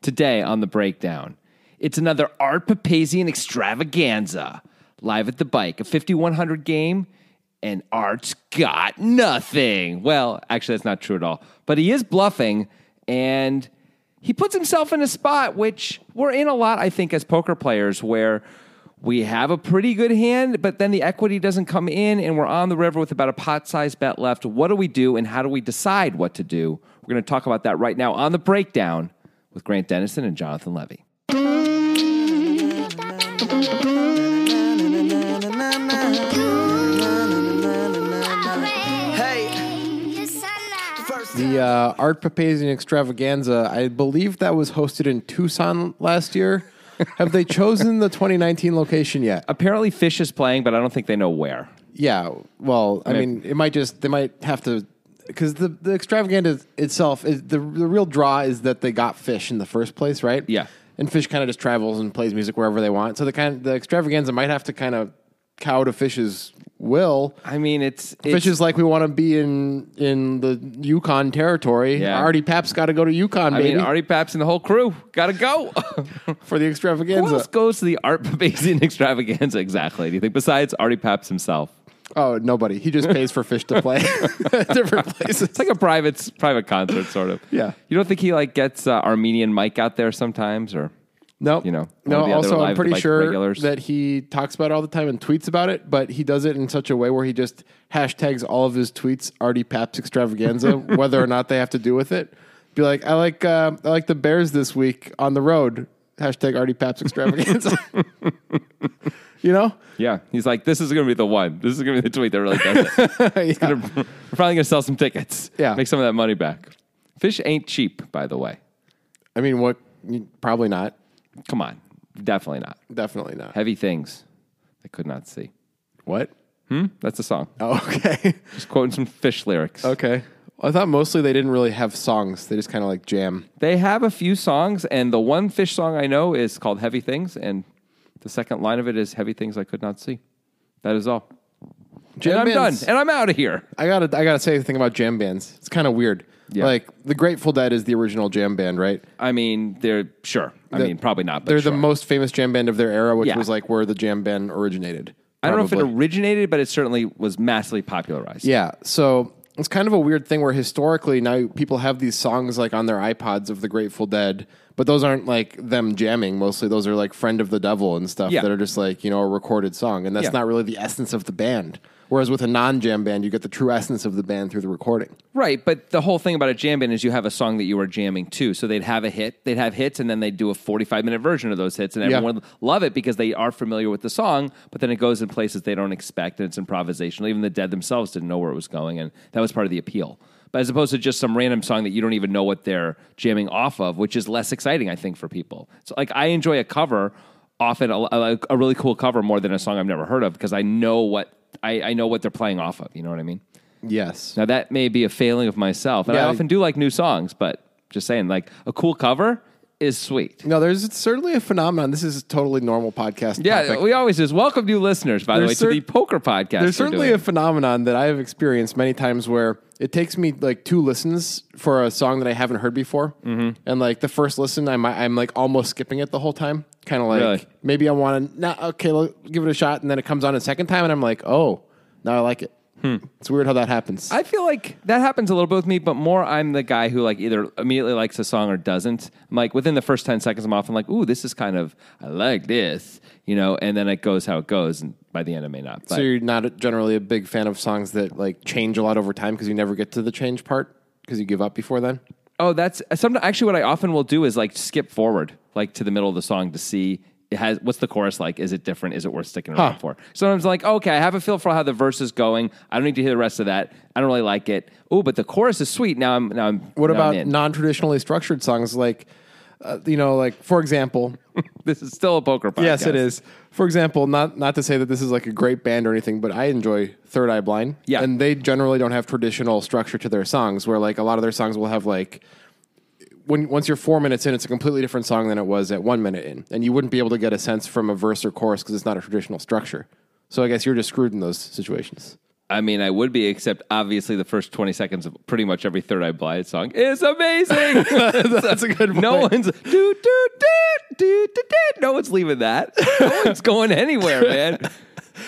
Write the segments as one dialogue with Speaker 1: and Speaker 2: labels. Speaker 1: Today on The Breakdown, it's another Art Papazian extravaganza. Live at the Bike, a 5100 game, and Art's got nothing. Well, actually, that's not true at all. But he is bluffing, and he puts himself in a spot which we're in a lot, I think, as poker players, where we have a pretty good hand, but then the equity doesn't come in, and we're on the river with about a pot sized bet left. What do we do, and how do we decide what to do? We're going to talk about that right now on the breakdown with Grant Dennison and Jonathan Levy.
Speaker 2: The uh, Art Papazian Extravaganza, I believe that was hosted in Tucson last year. Have they chosen the 2019 location yet?
Speaker 1: Apparently, Fish is playing, but I don't think they know where.
Speaker 2: Yeah.
Speaker 1: Oh,
Speaker 2: Well, I mean, it might just they might have to because the the extravaganza itself is the the real draw is that they got fish in the first place, right?
Speaker 1: Yeah.
Speaker 2: And fish kind of just travels and plays music wherever they want. So the kind the extravaganza might have to kind of cow to fish's will.
Speaker 1: I mean, it's, it's
Speaker 2: Fish is like we want to be in in the Yukon territory.
Speaker 1: Yeah.
Speaker 2: Artie Pap's got to go to Yukon,
Speaker 1: I
Speaker 2: baby,
Speaker 1: mean, Artie Paps and the whole crew gotta go.
Speaker 2: for the
Speaker 1: Who
Speaker 2: extravaganza.
Speaker 1: else goes to the Art Babasian extravaganza exactly? Do you think besides Artie Paps himself?
Speaker 2: Oh, nobody. He just pays for fish to play at different places.
Speaker 1: It's like a private private concert, sort of.
Speaker 2: Yeah.
Speaker 1: You don't think he like gets uh, Armenian Mike out there sometimes, or
Speaker 2: No,
Speaker 1: you know, one
Speaker 2: no.
Speaker 1: of the other
Speaker 2: Also,
Speaker 1: live
Speaker 2: I'm
Speaker 1: at
Speaker 2: pretty
Speaker 1: the bike
Speaker 2: sure
Speaker 1: regulars.
Speaker 2: that he talks about it all the time and tweets about it, but he does it in such a way where he just hashtags all of his tweets "Artie Paps Extravaganza," whether or not they have to do with it. Be like, I like, uh, I like the Bears this week on the road. Hashtag Artie Paps Extravaganza. you know,
Speaker 1: yeah, he's like, this is gonna be the one. This is gonna be the tweet that really does it.
Speaker 2: Yeah.
Speaker 1: We're probably gonna sell some tickets.
Speaker 2: Yeah.
Speaker 1: make some of that money back. Fish ain't cheap, by the way.
Speaker 2: I mean, what? Probably not.
Speaker 1: Come on, definitely not.
Speaker 2: Definitely not.
Speaker 1: Heavy things I could not see.
Speaker 2: What?
Speaker 1: That's a song.
Speaker 2: Oh, okay,
Speaker 1: Just quoting some fish lyrics.
Speaker 2: okay. I thought mostly they didn't really have songs. They just kind of like jam.
Speaker 1: They have a few songs, and the one fish song I know is called Heavy Things, and the second line of it is Heavy Things I Could Not See. That is all.
Speaker 2: Jam
Speaker 1: and I'm
Speaker 2: bands.
Speaker 1: done, and I'm out of here.
Speaker 2: I gotta I gotta say the thing about jam bands. It's kind of weird.
Speaker 1: Yeah.
Speaker 2: Like the Grateful Dead is the original jam band, right?
Speaker 1: I mean, they're sure. I
Speaker 2: The-
Speaker 1: mean, probably not. But
Speaker 2: They're
Speaker 1: sure.
Speaker 2: the most famous jam band of their era, which
Speaker 1: Yeah.
Speaker 2: was like where the jam band originated.
Speaker 1: I don't know if it
Speaker 2: probably.
Speaker 1: originated, but it certainly was massively popularized.
Speaker 2: yeah. So it's kind of a weird thing where historically now people have these songs like on their iPods of the Grateful Dead, but those aren't like them jamming. Mostly those are like "Friend of the Devil" and stuff
Speaker 1: Yeah.
Speaker 2: that are just like you know a recorded song, and that's
Speaker 1: Yeah.
Speaker 2: not really the essence of the band. Whereas with a non-jam band, you get the true essence of the band through the recording.
Speaker 1: Right, but the whole thing about a jam band is you have a song that you are jamming to. So they'd have a hit, they'd have hits, and then they'd do a 45 minute version of those hits, and
Speaker 2: Yeah.
Speaker 1: everyone would love it because they are familiar with the song, but then it goes in places they don't expect, and it's improvisational. Even the dead themselves didn't know where it was going, and that was part of the appeal. But as opposed to just some random song that you don't even know what they're jamming off of, which is less exciting, I think, for people. So, like, I enjoy a cover, often a, a, a really cool cover, more than a song I've never heard of because I know what. I, I know what they're playing off of. You know what I mean?
Speaker 2: Yes.
Speaker 1: Now that may be a failing of myself, and I
Speaker 2: Yeah.
Speaker 1: often do like new songs, but just saying, like a cool cover is sweet.
Speaker 2: No, there's certainly a phenomenon. This is a totally normal podcast.
Speaker 1: Yeah,
Speaker 2: topic.
Speaker 1: we always just welcome new listeners. By the
Speaker 2: There's
Speaker 1: way,
Speaker 2: cer-
Speaker 1: to the poker podcast.
Speaker 2: there's
Speaker 1: we're
Speaker 2: certainly
Speaker 1: doing.
Speaker 2: a phenomenon that I have experienced many times where it takes me like two listens for a song that I haven't heard before, mm-hmm. and like the first listen, I'm I'm like almost skipping it the whole time, kind of like
Speaker 1: Really?
Speaker 2: maybe I want to not okay, let give it a shot, and then it comes on a second time, and I'm like, oh, now I like it. It's weird how that happens.
Speaker 1: Hmm. I feel like that happens a little bit with me, but more I'm the guy who like either immediately likes a song or doesn't. I'm like within the first ten seconds, I'm often like, "Ooh, this is kind of I like this," you know, and then it goes how it goes, and by the end, it may not. But
Speaker 2: so you're not generally a big fan of songs that like change a lot over time because you never get to the change part because you give up before then.
Speaker 1: Oh, that's some. Actually, what I often will do is like skip forward, like to the middle of the song to see it has what's the chorus like. Is it different? Is it worth sticking around
Speaker 2: Huh.
Speaker 1: for? Sometimes like, okay, I have a feel for how the verse is going. I don't need to hear the rest of that. I don't really like it. Oh, but the chorus is sweet. Now I'm now I'm.
Speaker 2: What
Speaker 1: now I'm
Speaker 2: about
Speaker 1: in.
Speaker 2: non-traditionally structured songs like, uh, you know, like for example,
Speaker 1: This is still a poker podcast.
Speaker 2: yes, it is. For example, not not to say that this is like a great band or anything, but I enjoy Third Eye Blind.
Speaker 1: Yeah.
Speaker 2: and they generally don't have traditional structure to their songs, where like a lot of their songs will have like. When, once you're four minutes in, it's a completely different song than it was at one minute in, and you wouldn't be able to get a sense from a verse or chorus because it's not a traditional structure. So I guess you're just screwed in those situations.
Speaker 1: I mean, I would be, except obviously the first 20 seconds of pretty much every Third Eye Blind song is amazing.
Speaker 2: That's a good point.
Speaker 1: No one's do do do do do do. No one's leaving that. No one's going anywhere, man.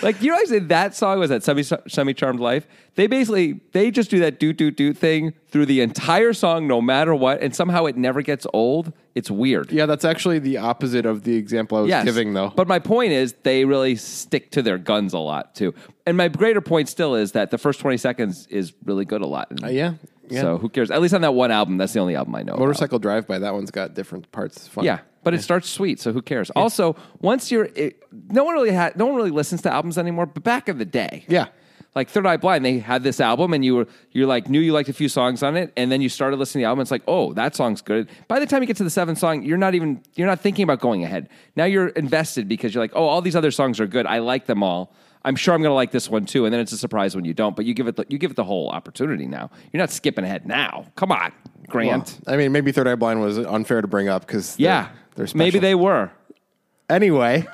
Speaker 1: Like you know, I said that song was that semi semi charmed life. They basically they just do that do do do thing through the entire song, no matter what, and somehow it never gets old. It's weird.
Speaker 2: Yeah, that's actually the opposite of the example I was
Speaker 1: Yes.
Speaker 2: giving, though.
Speaker 1: But my point is, they really stick to their guns a lot too. And my greater point still is that the first twenty seconds is really good a lot.
Speaker 2: Uh, yeah, yeah.
Speaker 1: So who cares? At least on that one album, that's the only album I know. about.
Speaker 2: Motorcycle Drive by that one's got different parts. Fun.
Speaker 1: Yeah, but it starts sweet, so who cares? Also, once you're, it, no one really had, no one really listens to albums anymore. But back in the day,
Speaker 2: Yeah.
Speaker 1: like Third Eye Blind, they had this album, and you were you like knew you liked a few songs on it, and then you started listening to the album. It's like, oh, that song's good. By the time you get to the seventh song, you're not even you're not thinking about going ahead. Now you're invested because you're like, oh, all these other songs are good. I like them all. I'm sure I'm going to like this one too. And then it's a surprise when you don't. But you give it the, you give it the whole opportunity now. You're not skipping ahead now. Come on, Grant.
Speaker 2: Well, I mean, maybe Third Eye Blind was unfair to bring up because
Speaker 1: yeah,
Speaker 2: they're, special.
Speaker 1: maybe they were.
Speaker 2: anyway.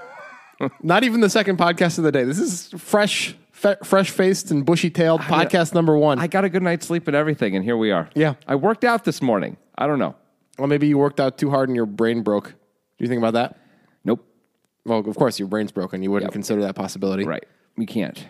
Speaker 2: not even the second podcast of the day. This is fresh, fe- fresh faced and bushy tailed podcast number one.
Speaker 1: I got a good night's sleep and everything, and here we are.
Speaker 2: Yeah.
Speaker 1: I worked out this morning. I don't know.
Speaker 2: well, maybe you worked out too hard and your brain broke. Do you think about that?
Speaker 1: Nope.
Speaker 2: Well, of course, your brain's broken. You wouldn't consider that possibility,
Speaker 1: Right. We can't.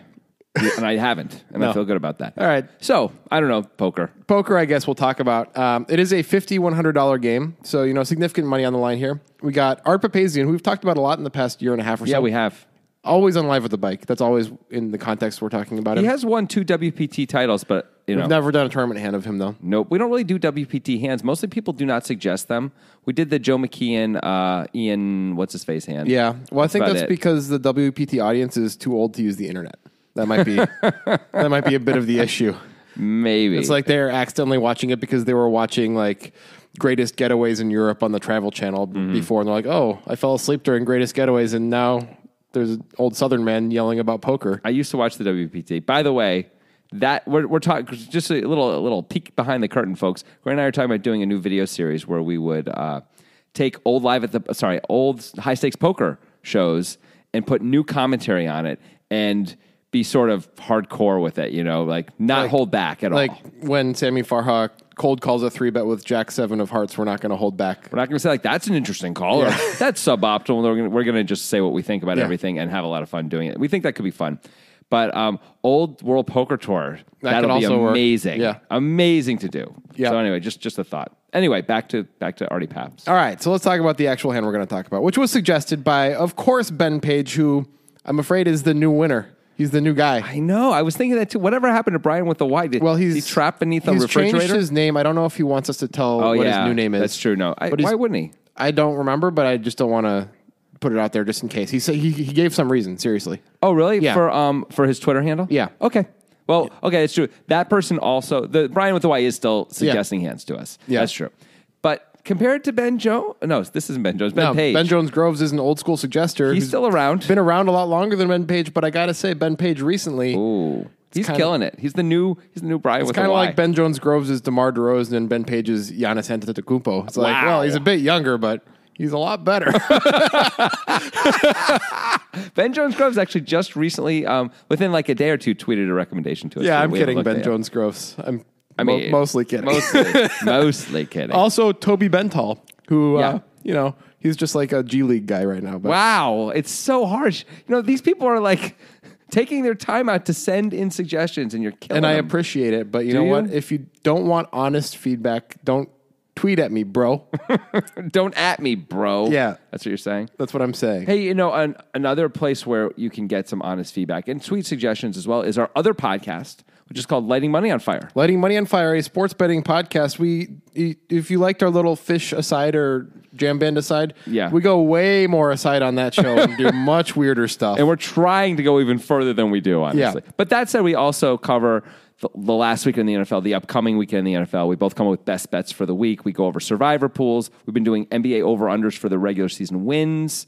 Speaker 1: and I haven't, and I
Speaker 2: No.
Speaker 1: feel good about that.
Speaker 2: All right.
Speaker 1: So, I don't know, poker.
Speaker 2: poker, I guess we'll talk about. Um, it is a fifty one hundred dollar game, so you know significant money on the line here. We got Art Papazian, who we've talked about a lot in the past year and a half or so.
Speaker 1: Yeah, we have.
Speaker 2: always on live with the bike. That's always in the context we're talking about him.
Speaker 1: He has won two WPT titles, but, you know,
Speaker 2: We've never done a tournament hand of him though.
Speaker 1: nope. We don't really do WPT hands. Mostly people do not suggest them. We did the Joe McKeon, uh, Ian, what's his face hand.
Speaker 2: Yeah, well, I think
Speaker 1: about
Speaker 2: that's
Speaker 1: it.
Speaker 2: because the WPT audience is too old to use the internet. That might be that might be a bit of the issue.
Speaker 1: Maybe.
Speaker 2: It's like they're accidentally watching it because they were watching like greatest getaways in Europe on the Travel Channel b-
Speaker 1: Mm-hmm.
Speaker 2: before, and they're like, "Oh, I fell asleep during greatest getaways, and now there's an old Southern man yelling about poker."
Speaker 1: I used to watch the WPT. By the way, that we're, we're talking just a little a little peek behind the curtain, folks. Grant and I are talking about doing a new video series where we would uh, take old live at the sorry old high stakes poker shows and put new commentary on it and be sort of hardcore with it. You know, like not hold back at
Speaker 2: Like
Speaker 1: all.
Speaker 2: when Sammy Farha cold calls a three bet with Jack Seven of Hearts, we're not going to hold back.
Speaker 1: We're not going to say like that's an interesting call or that's suboptimal. We're gonna- We're going to just say what we think about
Speaker 2: Yeah.
Speaker 1: everything and have a lot of fun doing it. We think that could be fun. But um, old World Poker Tour
Speaker 2: That
Speaker 1: that will
Speaker 2: could
Speaker 1: be
Speaker 2: also work.
Speaker 1: amazing.
Speaker 2: Yeah.
Speaker 1: amazing to do.
Speaker 2: Yeah.
Speaker 1: So anyway, just just a thought. Anyway, back to back to Artie Paps.
Speaker 2: All right, so let's talk about the actual hand we're going to talk about, which was suggested by, of course, Ben Page, who I'm afraid is the new winner. He's the new guy.
Speaker 1: I know. I was thinking that too. Whatever happened to Brian with the Y? Did,
Speaker 2: Well, he's
Speaker 1: is he trapped beneath a
Speaker 2: he's
Speaker 1: refrigerator.
Speaker 2: Changed his name. I don't know if he wants us to tell
Speaker 1: oh
Speaker 2: what
Speaker 1: yeah,
Speaker 2: his new name is.
Speaker 1: That's true. No, I,
Speaker 2: But he's-
Speaker 1: why wouldn't he?
Speaker 2: I don't remember, but I just don't want to put it out there just in case. He said he, he gave some reason. Seriously,
Speaker 1: Oh, really?
Speaker 2: Yeah.
Speaker 1: For um for his Twitter handle?
Speaker 2: Yeah.
Speaker 1: Okay. Well, okay, that's true. That person also the Brian with the Y is still suggesting hands to us.
Speaker 2: Yeah.
Speaker 1: That's true. But compared to Ben Jones, no, this isn't Ben Jones. Ben
Speaker 2: No,
Speaker 1: Page.
Speaker 2: Ben Jones Groves is an old school suggester.
Speaker 1: He's
Speaker 2: who's
Speaker 1: still around.
Speaker 2: Been around a lot longer than Ben Page, but I gotta say, Ben Page recently.
Speaker 1: Ooh, he's
Speaker 2: kinda-
Speaker 1: killing it. He's the new he's the new Brian with
Speaker 2: Kind
Speaker 1: the
Speaker 2: of
Speaker 1: Y.
Speaker 2: like Ben Jones Groves is DeMar DeRozan and Ben Page is Giannis Antetokounmpo. It's like,
Speaker 1: Wow.
Speaker 2: well, he's a bit younger, but he's a lot better.
Speaker 1: Ben Jones Groves actually just recently, um, within like a day or two, tweeted a recommendation to us.
Speaker 2: Yeah,
Speaker 1: We-
Speaker 2: I'm
Speaker 1: we haven't
Speaker 2: kidding,
Speaker 1: looked
Speaker 2: Ben
Speaker 1: at it.
Speaker 2: Jones Groves. I'm
Speaker 1: I mean,
Speaker 2: mo- mostly kidding.
Speaker 1: Mostly, mostly kidding.
Speaker 2: also, Toby Bental, who,
Speaker 1: Yeah.
Speaker 2: uh, you know, he's just like a G League guy right now. But
Speaker 1: Wow, it's so harsh. You know, these people are like taking their time out to send in suggestions, and you're killing.
Speaker 2: And I
Speaker 1: them.
Speaker 2: appreciate it. But you know
Speaker 1: you?
Speaker 2: what? If you don't want honest feedback, don't tweet at me, bro.
Speaker 1: Don't at me, bro.
Speaker 2: Yeah.
Speaker 1: That's what you're saying.
Speaker 2: That's what I'm saying.
Speaker 1: Hey, you know, an, another place where you can get some honest feedback and sweet suggestions as well is our other podcast, which is called Lighting Money on Fire.
Speaker 2: Lighting Money on Fire, a sports betting podcast. We, e, if you liked our little fish aside or jam band aside,
Speaker 1: Yeah.
Speaker 2: we go way more aside on that show and do much weirder stuff.
Speaker 1: And we're trying to go even further than we do, honestly.
Speaker 2: Yeah.
Speaker 1: But that said, we also cover the, the last week in the NFL, the upcoming weekend in the NFL. We both come up with best bets for the week. We go over survivor pools. We've been doing NBA over unders for the regular season wins.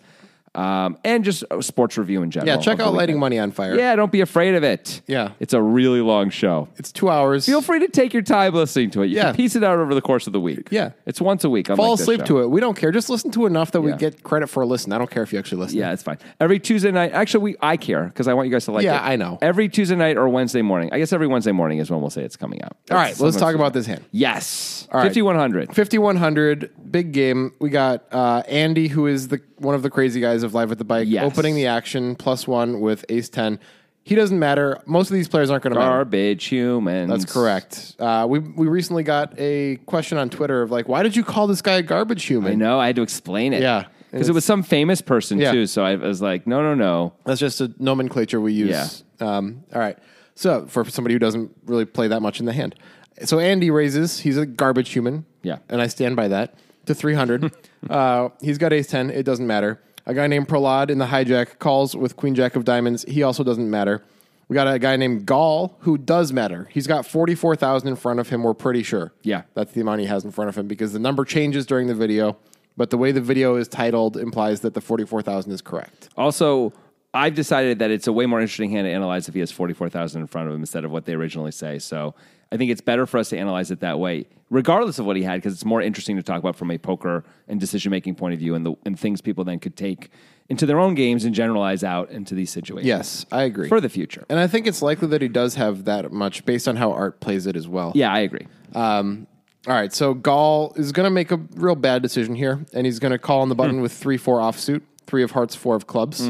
Speaker 1: um, and just uh, sports review in general.
Speaker 2: Yeah, check
Speaker 1: over
Speaker 2: out
Speaker 1: the
Speaker 2: Lighting
Speaker 1: weekend.
Speaker 2: Money on Fire.
Speaker 1: Yeah, don't be afraid of it.
Speaker 2: Yeah.
Speaker 1: It's a really long show.
Speaker 2: It's two hours.
Speaker 1: Feel free to take your time listening to it. You
Speaker 2: Yeah.
Speaker 1: can piece it out over the course of the week.
Speaker 2: Yeah.
Speaker 1: It's once a week.
Speaker 2: Fall asleep to it. We don't care. Just listen to enough that we
Speaker 1: Yeah.
Speaker 2: get credit for a listen. I don't care if you actually listen.
Speaker 1: Yeah, it's fine. Every Tuesday night, actually, we I care because I want you guys to like
Speaker 2: Yeah,
Speaker 1: it.
Speaker 2: I know.
Speaker 1: Every Tuesday night or Wednesday morning. I guess every Wednesday morning is when we'll say it's coming out.
Speaker 2: All right, let's talk about this hand.
Speaker 1: Yes.
Speaker 2: right.
Speaker 1: 5100.
Speaker 2: 5100 big game we got uh, andy who is the one of the crazy guys of live at the bike
Speaker 1: Yes.
Speaker 2: opening the action plus one with ace 10 he doesn't matter most of these players aren't going to matter
Speaker 1: Garbage humans.
Speaker 2: that's correct uh, we, we recently got a question on twitter of like why did you call this guy a garbage human
Speaker 1: I know. I had to explain it.
Speaker 2: Yeah.
Speaker 1: Because it was some famous person
Speaker 2: Yeah.
Speaker 1: too. So I was like, no, no, no.
Speaker 2: That's just a nomenclature we use. Um, all right. So for somebody who doesn't really play that much in the hand, so Andy raises. He's a garbage human.
Speaker 1: Yeah.
Speaker 2: and I stand by that to three hundred. uh, he's got ace ten. It doesn't matter. A guy named Prolad in the hijack calls with queen jack of diamonds. He also doesn't matter. We got a guy named Gall who does matter. He's got forty four thousand in front of him. We're pretty sure.
Speaker 1: Yeah.
Speaker 2: that's the amount he has in front of him because the number changes during the video. But the way the video is titled implies that the forty four thousand is correct.
Speaker 1: Also, I've decided that it's a way more interesting hand to analyze if he has 44,000 in front of him instead of what they originally say. So I think it's better for us to analyze it that way, regardless of what he had, because it's more interesting to talk about from a poker and decision making point of view and, the, and things people then could take into their own games and generalize out into these situations
Speaker 2: Yes, I agree.
Speaker 1: for the future.
Speaker 2: And I think it's likely that he does have that much based on how Art plays it as well.
Speaker 1: Yeah, I agree.
Speaker 2: Um, all right. So Gall is going to make a real bad decision here, and he's going to call on the
Speaker 1: Hmm.
Speaker 2: button with three four offsuit, three of hearts, four of clubs.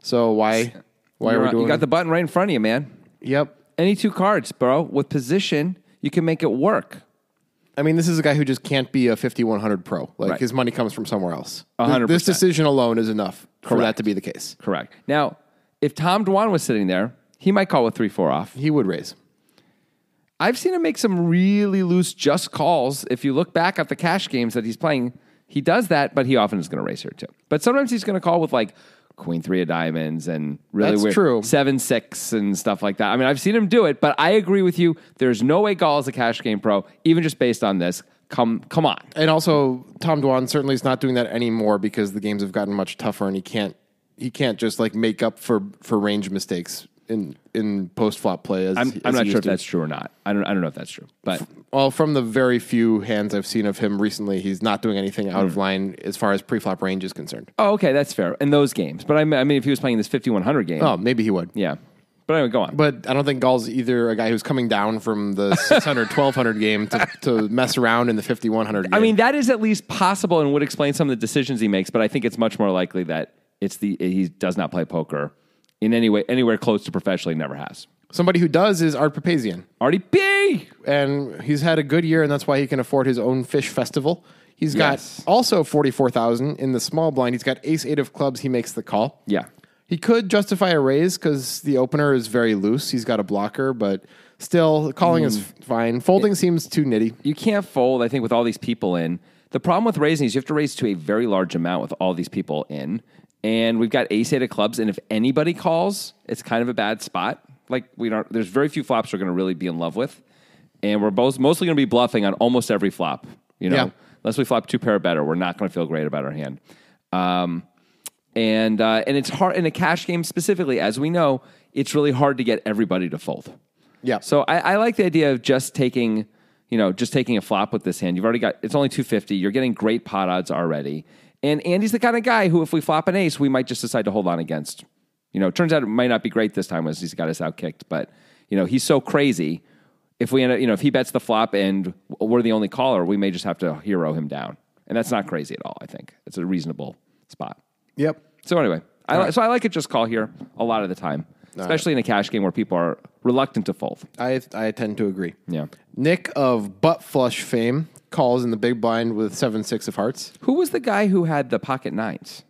Speaker 2: So why why are
Speaker 1: You're
Speaker 2: we
Speaker 1: on-
Speaker 2: doing?
Speaker 1: you got the button right in front of you, man.
Speaker 2: yep.
Speaker 1: Any two cards, bro, with position, you can make it work.
Speaker 2: I mean, this is a guy who just can't be a fifty one hundred pro. Like
Speaker 1: Right.
Speaker 2: his money comes from somewhere else.
Speaker 1: A
Speaker 2: Th-
Speaker 1: hundred
Speaker 2: This
Speaker 1: percent.
Speaker 2: decision alone is enough for that
Speaker 1: Correct.
Speaker 2: to be the case.
Speaker 1: Correct. Now, if Tom Dwan was sitting there, he might call with 3 4 off.
Speaker 2: He would raise.
Speaker 1: I've seen him make some really loose just calls. If you look back at the cash games that he's playing, he does that, but he often is going to raise here too. But sometimes he's going to call with like queen three of diamonds and really
Speaker 2: That's
Speaker 1: weird
Speaker 2: true.
Speaker 1: seven six and stuff like that. I mean, I've seen him do it, but I agree with you. There's no way Gall is a cash game pro, even just based on this. Come, come on.
Speaker 2: And also, Tom Dwan certainly is not doing that anymore because the games have gotten much tougher, and he can't he can't just like make up for for range mistakes in in post flop play. As
Speaker 1: I'm,
Speaker 2: as
Speaker 1: I'm
Speaker 2: he
Speaker 1: not
Speaker 2: used
Speaker 1: sure if
Speaker 2: to.
Speaker 1: that's true or not. I don't. I don't know if that's true, but
Speaker 2: well from the very few hands I've seen of him recently. He's not doing anything out of
Speaker 1: Hmm.
Speaker 2: line as far as pre flop range is concerned.
Speaker 1: oh, okay, that's fair in those games. But I mean, I mean if he was playing this 5100 game,
Speaker 2: Oh, maybe he would.
Speaker 1: yeah. But anyway, go on.
Speaker 2: But I don't think Gall's either a guy who's coming down from the 600, 1200 game to, to mess around in the 5100 game.
Speaker 1: I mean, that is at least possible and would explain some of the decisions he makes. But I think it's much more likely that it's the he does not play poker in any way anywhere close to professionally. Never has.
Speaker 2: somebody who does is Art Papazian.
Speaker 1: RDP.
Speaker 2: and he's had a good year, and that's why he can afford his own fish festival. He's
Speaker 1: Yes.
Speaker 2: got also forty four thousand in the small blind. He's got ace eight of clubs. He makes the call.
Speaker 1: Yeah.
Speaker 2: he could justify a raise because the opener is very loose. He's got a blocker, but still calling is
Speaker 1: Hmm.
Speaker 2: fine. Folding seems too nitty.
Speaker 1: You can't fold. I think with all these people in, the problem with raising is you have to raise to a very large amount with all these people in, and we've got ace eight of clubs. And if anybody calls, it's kind of a bad spot. Like we don't. There's very few flops we're going to really be in love with, and we're both mostly going to be bluffing on almost every flop. You know,
Speaker 2: Yeah.
Speaker 1: unless we flop two pair or better, we're not going to feel great about our hand. Um, and uh, and it's hard in a cash game specifically, as we know, it's really hard to get everybody to fold.
Speaker 2: Yeah.
Speaker 1: So I, I like the idea of just taking, you know, just taking a flop with this hand. You've already got it's only two fifty. You're getting great pot odds already, and Andy's the kind of guy who, if we flop an ace, we might just decide to hold on against. You know, it turns out it might not be great this time as he's got us out kicked, but you know he's so crazy. If we end up, you know, if he bets the flop and we're the only caller, we may just have to hero him down, and that's not crazy at all. I think it's a reasonable spot.
Speaker 2: Yep.
Speaker 1: So anyway, I, li- so I like it just call here a lot of the time, especially in a cash game where people are reluctant to fold.
Speaker 2: I I tend to agree.
Speaker 1: Yeah.
Speaker 2: Nick of butt flush fame calls in the big blind with seven six of hearts,
Speaker 1: Who was the guy who had the pocket nines?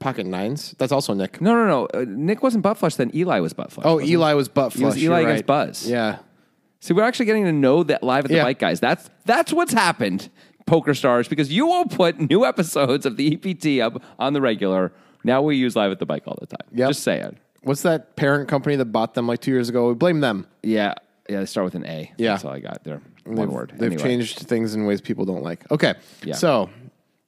Speaker 2: pocket nines. That's also Nick.
Speaker 1: No, no, no. Uh, Nick wasn't butt flush. Then Eli was butt flush.
Speaker 2: Oh, Eli was butt flush.
Speaker 1: was Eli
Speaker 2: You're
Speaker 1: against
Speaker 2: right.
Speaker 1: Buzz.
Speaker 2: Yeah.
Speaker 1: see, we're actually getting to know that live at the
Speaker 2: Yeah.
Speaker 1: bike guys. That's that's what's happened, poker stars. Because you will put new episodes of the EPT up on the regular. Now we use live at the bike all the time.
Speaker 2: Yep.
Speaker 1: Just saying.
Speaker 2: What's that parent company that bought them like two years ago? We blame them.
Speaker 1: Yeah, yeah. They start with an A.
Speaker 2: Yeah.
Speaker 1: that's all I got there. One word.
Speaker 2: They've
Speaker 1: Anyway.
Speaker 2: changed things in ways people don't like. Okay.
Speaker 1: Yeah.
Speaker 2: So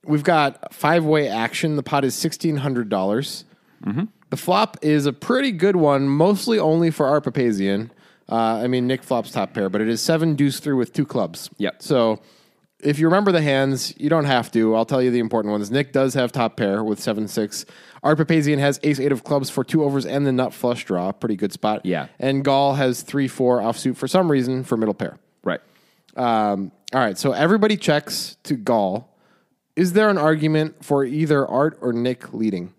Speaker 2: We've got five way action. The pot is sixteen hundred dollars.
Speaker 1: Mm-hmm.
Speaker 2: The flop is a pretty good one, mostly only for our Papazian. Uh, I mean, Nick flops top pair, but it is seven deuce three with two clubs.
Speaker 1: Yep.
Speaker 2: So if you remember the hands, you don't have to. I'll tell you the important ones. Nick does have top pair with seven six. Our Papazian has ace eight of clubs for two overs and the nut flush draw. Pretty good spot.
Speaker 1: Yeah.
Speaker 2: And Gall has three four offsuit for some reason for middle pair.
Speaker 1: Right.
Speaker 2: Um, all right, so everybody checks to Gall. Is there an argument for either Art or Nick leading?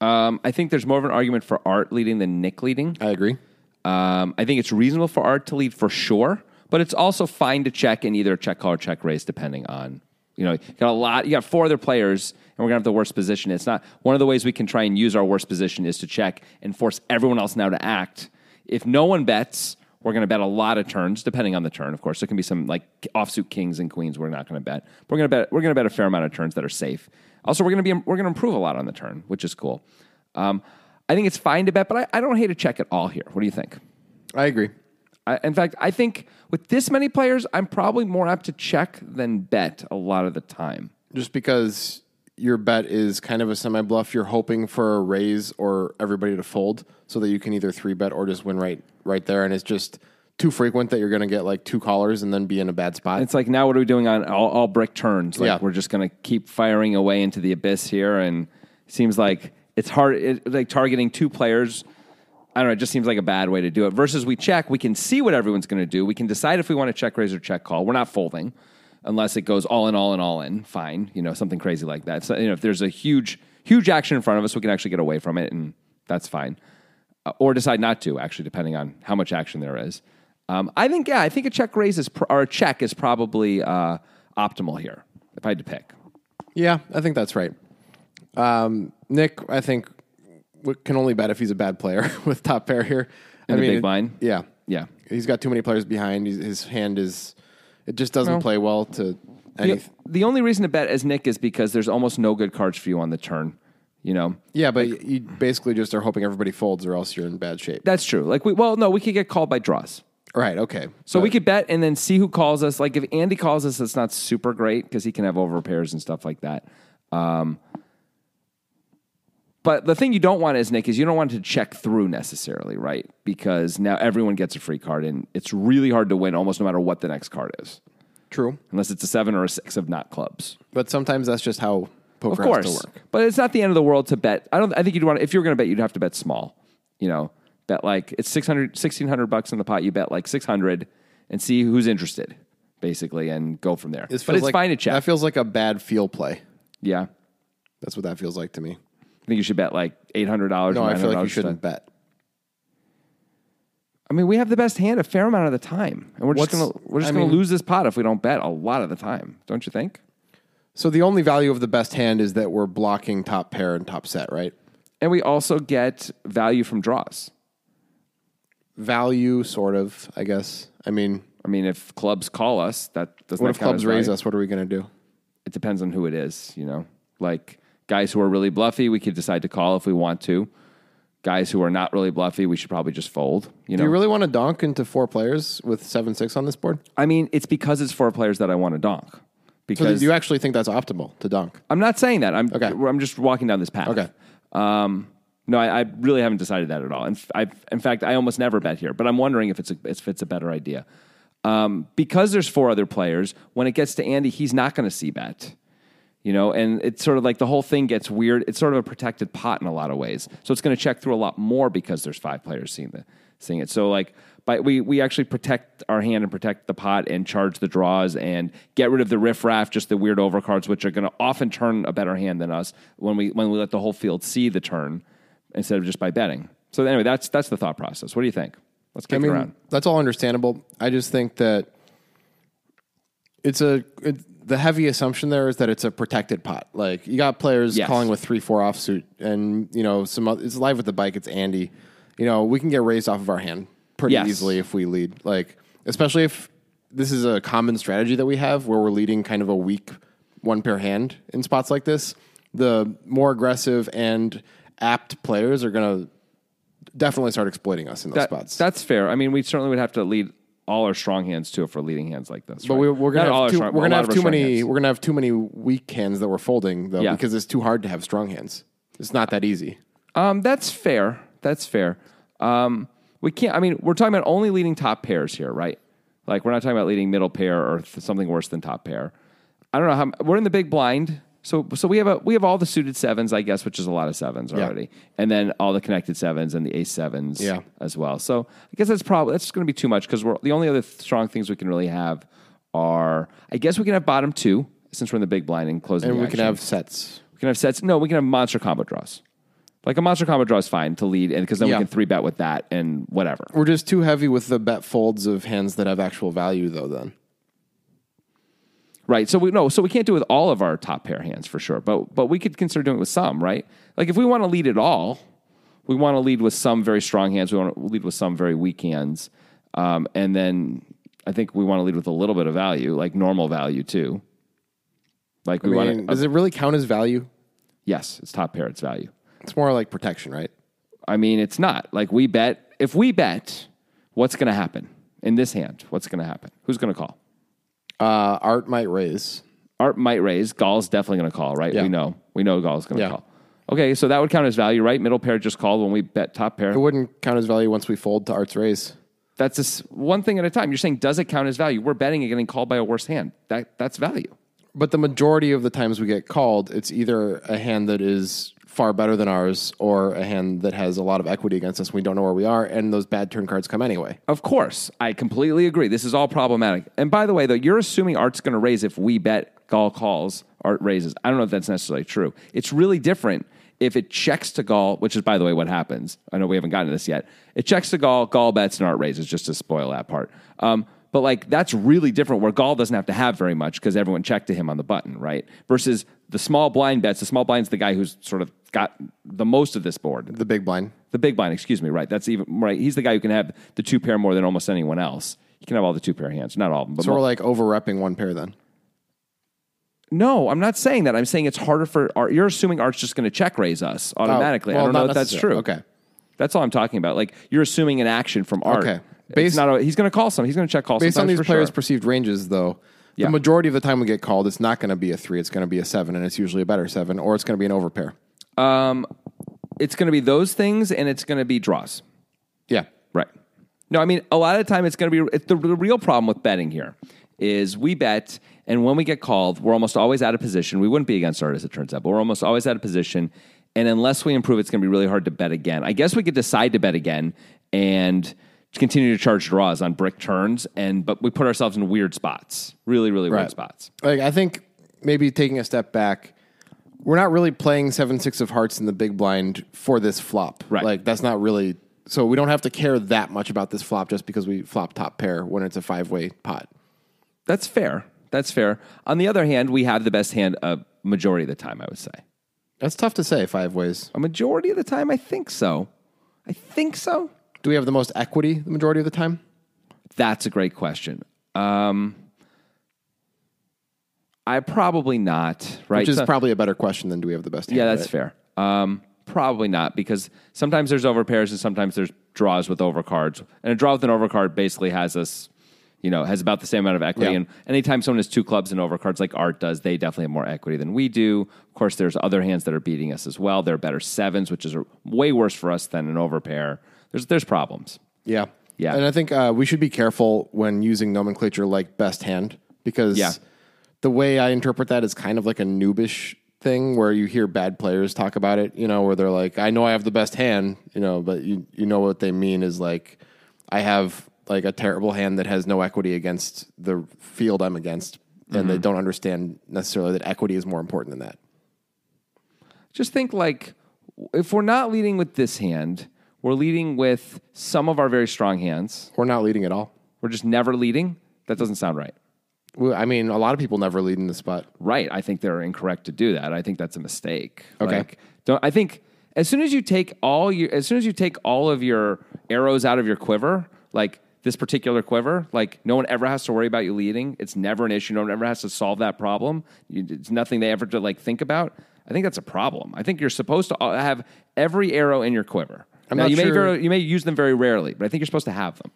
Speaker 1: Um, I think there's more of an argument for Art leading than Nick leading.
Speaker 2: I agree.
Speaker 1: Um, I think it's reasonable for Art to lead for sure, but it's also fine to check in either a check call or check raise, depending on you know you got a lot. You got four other players, and we're gonna have the worst position. It's not one of the ways we can try and use our worst position is to check and force everyone else now to act. If no one bets, we're gonna bet a lot of turns, depending on the turn. Of course, there can be some like offsuit kings and queens. We're not gonna bet. We're gonna bet. We're gonna bet a fair amount of turns that are safe. Also, we're gonna be we're gonna improve a lot on the turn, which is cool. Um, I think it's fine to bet, but I, I don't hate a check at all here. What do you think?
Speaker 2: I agree.
Speaker 1: I, in fact, I think with this many players, I'm probably more apt to check than bet a lot of the time.
Speaker 2: Just because your bet is kind of a semi bluff, you're hoping for a raise or everybody to fold so that you can either three bet or just win right right there. And it's just too frequent that you're going to get like two callers and then be in a bad spot.
Speaker 1: It's like now, what are we doing on all, all brick turns? Like
Speaker 2: Yeah.
Speaker 1: we're just going to keep firing away into the abyss here, and it seems like it's hard. It, like targeting two players, I don't know. It just seems like a bad way to do it. Versus we check, we can see what everyone's going to do. We can decide if we want to check raise or check call. We're not folding unless it goes all in, all in, all in. Fine, you know something crazy like that. So you know if there's a huge, huge action in front of us, we can actually get away from it, and that's fine. Uh, or decide not to, actually, depending on how much action there is. Um, I think, yeah, I think a check raise is pr- or a check is probably uh, optimal here. If I had to pick,
Speaker 2: yeah, I think that's right. Um, Nick, I think, w- can only bet if he's a bad player with top pair here. I
Speaker 1: the big
Speaker 2: it-
Speaker 1: blind?
Speaker 2: Yeah.
Speaker 1: yeah,
Speaker 2: He's got too many players behind. He's, his hand is, it just doesn't play well to
Speaker 1: the,
Speaker 2: anything.
Speaker 1: the only reason to bet as Nick is because there's almost no good cards for you on the turn. You know,
Speaker 2: Yeah, but you basically just are hoping everybody folds, or else you're in bad shape.
Speaker 1: that's true. Like, we well, no, we could get called by draws.
Speaker 2: right? Okay.
Speaker 1: So we could bet and then see who calls us. Like if Andy calls us, that's not super great because he can have overpairs and stuff like that. Um, but the thing you don't want is Nick is you don't want to check through necessarily, right? Because now everyone gets a free card and it's really hard to win almost no matter what the next card is,
Speaker 2: true,
Speaker 1: unless it's a seven or a six of not clubs.
Speaker 2: but sometimes that's just how
Speaker 1: Of
Speaker 2: poker has
Speaker 1: course,
Speaker 2: to work.
Speaker 1: but it's not the end of the world to bet. I don't. I think you'd want if you were going to bet, you'd have to bet small. You know, bet like it's 600, 1600 bucks in the pot. You bet like six hundred and see who's interested, basically, and go from there.
Speaker 2: This
Speaker 1: but
Speaker 2: feels
Speaker 1: it's
Speaker 2: like-
Speaker 1: fine to check.
Speaker 2: That feels like a bad feel play.
Speaker 1: yeah, I
Speaker 2: That's what that feels like to me.
Speaker 1: think you should bet like eight hundred dollars.
Speaker 2: No, I feel like you shouldn't bet.
Speaker 1: I mean, we have the best hand a fair amount of the time, and we're just
Speaker 2: What's-
Speaker 1: gonna we're just
Speaker 2: I
Speaker 1: gonna
Speaker 2: mean-
Speaker 1: lose this pot if we don't bet a lot of the time. Don't you think?
Speaker 2: So the only value of the best hand is that we're blocking top pair and top set, right?
Speaker 1: And we also get value from draws.
Speaker 2: Value, sort of, I guess. I mean,
Speaker 1: I mean, if clubs call us, that doesn't.
Speaker 2: what if clubs raise us? What are we going to do?
Speaker 1: it depends on who it is, you know. Like guys who are really bluffy, we could decide to call if we want to. Guys who are not really bluffy, we should probably just fold. You know,
Speaker 2: Do you really want to donk into four players with seven six on this board?
Speaker 1: I mean, it's because it's four players that I want to donk.
Speaker 2: So
Speaker 1: Because
Speaker 2: do you actually think that's optimal to donk?
Speaker 1: I'm not saying that. I'm
Speaker 2: Okay.
Speaker 1: I'm just walking down this path.
Speaker 2: Okay.
Speaker 1: Um, no, I, I really haven't decided that at all. In, f- I, in fact, I almost never bet here, but I'm wondering if it's a, if it's a better idea. Um, because there's four other players, when it gets to Andy, he's not going to see bet. You know, and it's sort of like the whole thing gets weird. It's sort of a protected pot in a lot of ways. So it's going to check through a lot more because there's five players seeing the seeing it. So like, by, we we actually protect our hand and protect the pot and charge the draws and get rid of the riffraff, just the weird overcards, which are going to often turn a better hand than us when we when we let the whole field see the turn instead of just by betting. So anyway, that's that's the thought process. What do you think? Let's kick
Speaker 2: I mean,
Speaker 1: it around.
Speaker 2: that's all understandable. I just think that it's a it, the heavy assumption there is that it's a protected pot. Like you got players
Speaker 1: Yes.
Speaker 2: calling with three four offsuit, and you know some. oth- It's live with the bike. It's Andy. You know we can get raised off of our hand pretty
Speaker 1: Yes.
Speaker 2: easily if we lead. Like especially if this is a common strategy that we have where we're leading kind of a weak one pair hand in spots like this. The more aggressive and apt players are going to definitely start exploiting us in those
Speaker 1: That-
Speaker 2: spots.
Speaker 1: That's fair. I mean, we certainly would have to lead all our strong hands to it for leading hands like this.
Speaker 2: But
Speaker 1: right?
Speaker 2: we, we're
Speaker 1: Not
Speaker 2: gonna
Speaker 1: all our
Speaker 2: have too,
Speaker 1: strong-
Speaker 2: we're
Speaker 1: a lot
Speaker 2: gonna have
Speaker 1: of our
Speaker 2: too
Speaker 1: strong
Speaker 2: many
Speaker 1: hands.
Speaker 2: we're gonna have too many weak hands that we're folding though
Speaker 1: Yeah.
Speaker 2: because it's too hard to have strong hands. It's not that easy.
Speaker 1: Um, that's fair. That's fair. Um, we can't. I mean, we're talking about only leading top pairs here, right? Like we're not talking about leading middle pair or th- something worse than top pair. I don't know how we're in the big blind. So so we have a we have all the suited sevens, I guess, which is a lot of sevens already, and then all the connected sevens and the ace sevens,
Speaker 2: Yeah.
Speaker 1: as well. So I guess that's probably that's going to be too much because we're the only other th- strong things we can really have are I guess we can have bottom two since we're in the big blind and closing.
Speaker 2: And
Speaker 1: the
Speaker 2: we can
Speaker 1: action.
Speaker 2: have sets.
Speaker 1: We can have sets. No, we can have monster combo draws. Like a monster combo draw is fine to lead, and because then
Speaker 2: Yeah.
Speaker 1: we can three bet with that and whatever.
Speaker 2: We're just too heavy with the bet folds of hands that have actual value though then.
Speaker 1: Right. So we no. So we can't do it with all of our top pair hands for sure. But but we could consider doing it with some. Right. Like if we want to lead at all, we want to lead with some very strong hands. We want to lead with some very weak hands, um, and then I think we want to lead with a little bit of value, like normal value too. Like we
Speaker 2: I mean,
Speaker 1: want to.
Speaker 2: does it really count as value?
Speaker 1: yes, it's top pair. It's value.
Speaker 2: It's more like protection, right?
Speaker 1: I mean, it's not like we bet. If we bet, what's going to happen in this hand? What's going to happen? Who's going to call?
Speaker 2: Uh, art might raise.
Speaker 1: Art might raise. Gall's definitely going to call, right?
Speaker 2: Yeah.
Speaker 1: We know. We know Gall's going to
Speaker 2: Yeah.
Speaker 1: call. Okay, so that would count as value, right? Middle pair just called when we bet top pair.
Speaker 2: It wouldn't count as value once we fold to art's raise.
Speaker 1: That's just one thing at a time. You're saying does it count as value? We're betting and getting called by a worse hand. That that's value.
Speaker 2: But the majority of the times we get called, it's either a hand that is far better than ours or a hand that has a lot of equity against us. We don't know where we are, and those bad turn cards come anyway.
Speaker 1: Of course, I completely agree. This is all problematic. And by the way, though, you're assuming Art's going to raise if we bet Gall calls, Art raises. I don't know if that's necessarily true. It's really different if it checks to Gall, which is, by the way, what happens. I know we haven't gotten to this yet. It checks to Gall, Gall bets, and Art raises, just to spoil that part. Um, but like that's really different where Gall doesn't have to have very much because everyone checked to him on the button, right? Versus the small blind bets. The small blind's the guy who's sort of got the most of this board
Speaker 2: The big blind.
Speaker 1: the big blind, excuse me, right? That's even right. He's the guy who can have the two pair more than almost anyone else. He can have all the two pair hands, not all of them. But
Speaker 2: So we're
Speaker 1: mo-
Speaker 2: like over repping one pair then.
Speaker 1: no, I'm not saying that. I'm saying it's harder for Art. You're assuming Art's just going to check raise us automatically.
Speaker 2: Oh, well,
Speaker 1: Oh, I don't know
Speaker 2: not
Speaker 1: if that's true.
Speaker 2: necessarily. Okay.
Speaker 1: that's all I'm talking about. Like you're assuming an action from Art.
Speaker 2: Okay.
Speaker 1: Based,
Speaker 2: Based-
Speaker 1: not a, he's going to call some. He's going to check call.
Speaker 2: Based on
Speaker 1: sometimes
Speaker 2: these
Speaker 1: for
Speaker 2: players'
Speaker 1: sure.
Speaker 2: perceived ranges, though,
Speaker 1: Yeah.
Speaker 2: the majority of the time we get called, it's not going to be a three. It's going to be a seven, and it's usually a better seven, or it's going to be an overpair.
Speaker 1: it's going to be those things, and it's going to be draws.
Speaker 2: Yeah.
Speaker 1: Right. No, I mean, a lot of the time it's going to be it's the, the real problem with betting here is we bet, and when we get called, we're almost always out of position. We wouldn't be against art as it turns out, but we're almost always out of position. And unless we improve, it's going to be really hard to bet again. I guess we could decide to bet again and continue to charge draws on brick turns, and but we put ourselves in weird spots, really, really weird
Speaker 2: Right.
Speaker 1: spots.
Speaker 2: Like I think maybe taking a step back, we're not really playing seven six of hearts in the big blind for this flop.
Speaker 1: Right.
Speaker 2: Like that's not really so we don't have to care that much about this flop just because we flop top pair when it's a five way pot.
Speaker 1: That's fair. That's fair. On the other hand, we have the best hand a majority of the time. I would say
Speaker 2: That's tough to say five ways.
Speaker 1: a majority of the time. I think so. I think so.
Speaker 2: Do we have the most equity the majority of the time?
Speaker 1: That's a great question. Um, I probably not. Right?
Speaker 2: Which is
Speaker 1: So-
Speaker 2: probably a better question than do we have the best hand.
Speaker 1: yeah, that's
Speaker 2: right?
Speaker 1: fair. Um, probably not because sometimes there's overpairs and sometimes there's draws with overcards. And a draw with an overcard basically has us, you know, has about the same amount of equity.
Speaker 2: Yeah.
Speaker 1: And anytime someone has two clubs and overcards like Art does, they definitely have more equity than we do. Of course, there's other hands that are beating us as well. There are better sevens, which is way worse for us than an overpair. There's there's problems.
Speaker 2: Yeah.
Speaker 1: Yeah.
Speaker 2: And I think uh, we should be careful when using nomenclature like best hand because
Speaker 1: Yeah.
Speaker 2: the way I interpret that is kind of like a noobish thing where you hear bad players talk about it, you know, where they're like, I know I have the best hand, you know, but you, you know what they mean is like, I have like a terrible hand that has no equity against the field I'm against. And
Speaker 1: Mm-hmm.
Speaker 2: they don't understand necessarily that equity is more important than that.
Speaker 1: just think like if we're not leading with this hand, we're leading with some of our very strong hands.
Speaker 2: We're not leading at all.
Speaker 1: We're just never leading. That doesn't sound right.
Speaker 2: We, I mean, a lot of people never lead in this spot.
Speaker 1: Right. I think they're incorrect to do that. I think that's a mistake.
Speaker 2: Okay.
Speaker 1: Like, don't I think as soon as you take all your as soon as you take all of your arrows out of your quiver, like this particular quiver, like no one ever has to worry about you leading. It's never an issue. No one ever has to solve that problem. You, it's nothing they ever to like think about. I think that's a problem. I think you're supposed to all- have every arrow in your quiver.
Speaker 2: I'm
Speaker 1: now
Speaker 2: not
Speaker 1: you may
Speaker 2: sure-
Speaker 1: very, you may use them very rarely, but I think you're supposed to have them.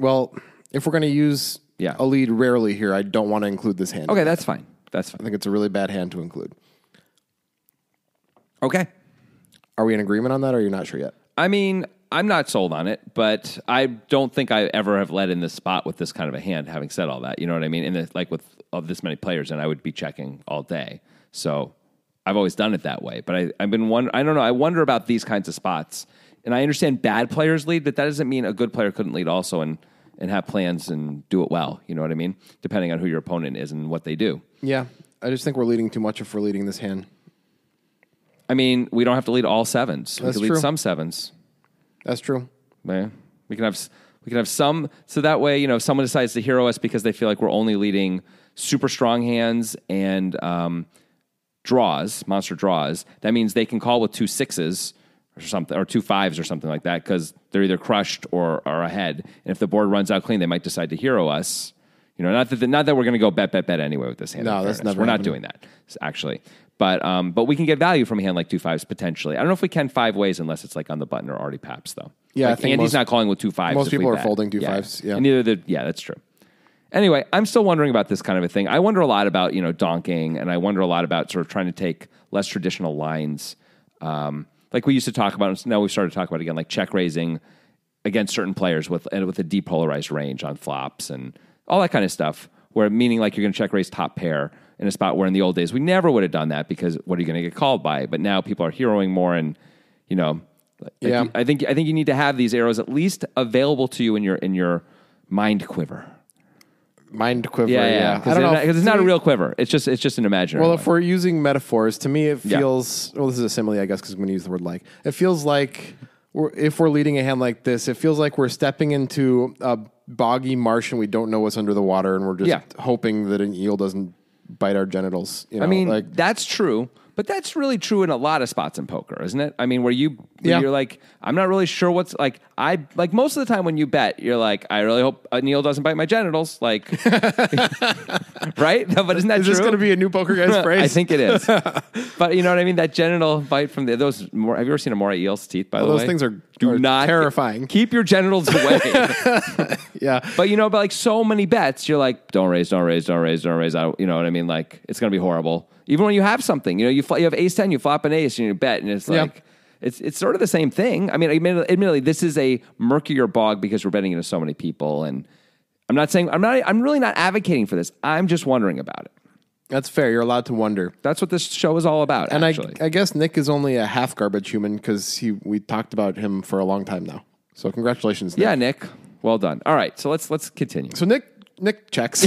Speaker 2: Well, if we're going to use
Speaker 1: Yeah.
Speaker 2: a lead rarely here, I don't want to include this hand.
Speaker 1: Okay, that's fine. That's
Speaker 2: I
Speaker 1: fine.
Speaker 2: think it's a really bad hand to include.
Speaker 1: Okay.
Speaker 2: Are we in agreement on that or you're not sure yet?
Speaker 1: I mean, I'm not sold on it, but I don't think I ever have led in this spot with this kind of a hand. Having said all that, you know what I mean? And it's like with of this many players, and I would be checking all day. So I've always done it that way. But I, I've been one. I don't know. I wonder about these kinds of spots, and I understand bad players lead, but that doesn't mean a good player couldn't lead also and and have plans and do it well. You know what I mean? Depending on who your opponent is and what they do.
Speaker 2: Yeah. I just think we're leading too much if we're leading this hand.
Speaker 1: I mean, we don't have to lead all sevens.
Speaker 2: That's
Speaker 1: we can lead
Speaker 2: true.
Speaker 1: some sevens.
Speaker 2: That's true.
Speaker 1: Yeah. We can have s- we can have some so that way, you know, if someone decides to hero us because they feel like we're only leading super strong hands and um, draws, monster draws, that means they can call with two sixes or something or two fives or something like that because they're either crushed or are ahead. And if the board runs out clean, they might decide to hero us. You know, not that the, not that we're going to go bet bet bet anyway with this hand.
Speaker 2: No,
Speaker 1: in
Speaker 2: that's
Speaker 1: fairness.
Speaker 2: never
Speaker 1: we're not
Speaker 2: happening.
Speaker 1: doing that s- actually. But um, but we can get value from a hand like two fives potentially. I don't know if we can five ways unless it's like on the button or already paps though.
Speaker 2: Yeah, I
Speaker 1: Like,
Speaker 2: think
Speaker 1: Andy's
Speaker 2: most-
Speaker 1: not calling with two fives.
Speaker 2: most
Speaker 1: if we
Speaker 2: people are
Speaker 1: bet.
Speaker 2: folding two fives, yeah.
Speaker 1: And neither the yeah, that's true. Anyway, I'm still wondering about this kind of a thing. I wonder a lot about you know donking, and I wonder a lot about sort of trying to take less traditional lines, um, like we used to talk about. Now we've started to talk about again, like check raising against certain players with and with a depolarized range on flops and all that kind of stuff. Where meaning like you're going to check raise top pair in a spot where in the old days we never would have done that because what are you going to get called by? But now people are heroing more, and you know, like
Speaker 2: Yeah.
Speaker 1: you- I think I think you need to have these arrows at least available to you in your in your mind quiver.
Speaker 2: Mind quiver.
Speaker 1: Yeah,
Speaker 2: Yeah.
Speaker 1: yeah,
Speaker 2: I
Speaker 1: because
Speaker 2: don't know.
Speaker 1: it's
Speaker 2: To
Speaker 1: not a
Speaker 2: me-
Speaker 1: real quiver. It's just it's just an imaginary.
Speaker 2: Well,
Speaker 1: one.
Speaker 2: if we're using metaphors, to me it
Speaker 1: Yeah.
Speaker 2: feels well. This is a simile, I guess, because I'm going to use the word like. It feels like we're, if we're leading a hand like this, it feels like we're stepping into a boggy marsh and we don't know what's under the water, and we're just
Speaker 1: Yeah.
Speaker 2: hoping that an eel doesn't bite our genitals. You know,
Speaker 1: I mean,
Speaker 2: like
Speaker 1: that's true, but that's really true in a lot of spots in poker, isn't it? I mean, where you where
Speaker 2: Yeah.
Speaker 1: you're like, I'm not really sure what's like. I like most of the time when you bet, you're like, I really hope uh, Neil doesn't bite my genitals, like, right? No, but isn't that
Speaker 2: is
Speaker 1: true?
Speaker 2: this going to be a new poker guy's phrase?
Speaker 1: I think it is, but you know what I mean. That genital bite from the, those. More, have you ever seen a moray eel's teeth? By the
Speaker 2: Oh, those
Speaker 1: way,
Speaker 2: things are-
Speaker 1: do
Speaker 2: are
Speaker 1: not
Speaker 2: terrifying.
Speaker 1: Keep your genitals away.
Speaker 2: yeah.
Speaker 1: But you know, but like so many bets, you're like, don't raise, don't raise, don't raise, don't raise. I, you know what I mean? Like it's gonna be horrible. Even when you have something, you know, you fl- you have ace ten, you flop an ace, and you bet, and it's
Speaker 2: Yeah.
Speaker 1: like it's it's sort of the same thing. I mean, admittedly, admittedly, this is a murkier bog because we're betting into so many people, and I'm not saying I'm not I'm really not advocating for this. I'm just wondering about it.
Speaker 2: That's fair. You're allowed to wonder.
Speaker 1: That's what this show is all about.
Speaker 2: And
Speaker 1: actually,
Speaker 2: I, I guess Nick is only a half garbage human because he we talked about him for a long time now. So congratulations, Nick.
Speaker 1: yeah, Nick, well done. All right, so let's let's continue.
Speaker 2: So Nick Nick checks.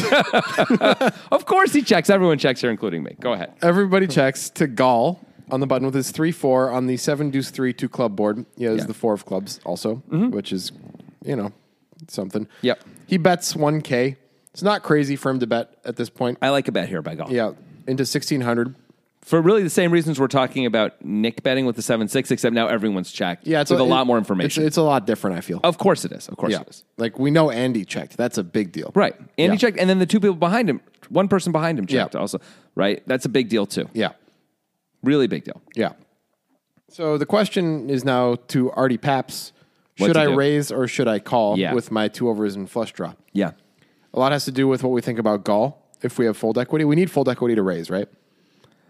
Speaker 1: Of course, he checks. Everyone checks here, including me. Go ahead.
Speaker 2: Everybody checks to Gall on the button with his three four on the seven deuce three two club board. He has
Speaker 1: Yeah. Mm-hmm.
Speaker 2: the four of clubs also, which is you know something.
Speaker 1: Yep.
Speaker 2: He bets one k. It's not crazy for him to bet at this point.
Speaker 1: I like a bet here by golf.
Speaker 2: yeah, into sixteen hundred.
Speaker 1: for really the same reasons we're talking about Nick betting with the seven six, except now everyone's checked.
Speaker 2: Yeah, it's
Speaker 1: with a,
Speaker 2: it-
Speaker 1: lot more
Speaker 2: It's,
Speaker 1: information.
Speaker 2: it's a lot different. I feel.
Speaker 1: of course it is. Of course
Speaker 2: yeah,
Speaker 1: it is.
Speaker 2: like we know Andy checked. That's a big deal.
Speaker 1: Right. Andy
Speaker 2: Yeah.
Speaker 1: checked, and then the two people behind him, one person behind him checked
Speaker 2: Yeah.
Speaker 1: also. Right. That's a big deal too.
Speaker 2: Yeah.
Speaker 1: Really big deal.
Speaker 2: Yeah. So the question is now to Artie Paps:
Speaker 1: What
Speaker 2: Should
Speaker 1: to
Speaker 2: I
Speaker 1: do?
Speaker 2: raise or should I call
Speaker 1: Yeah.
Speaker 2: with my two overs and flush draw?
Speaker 1: Yeah.
Speaker 2: A lot has to do with what we think about Gall. If we have fold equity, we need fold equity to raise, right?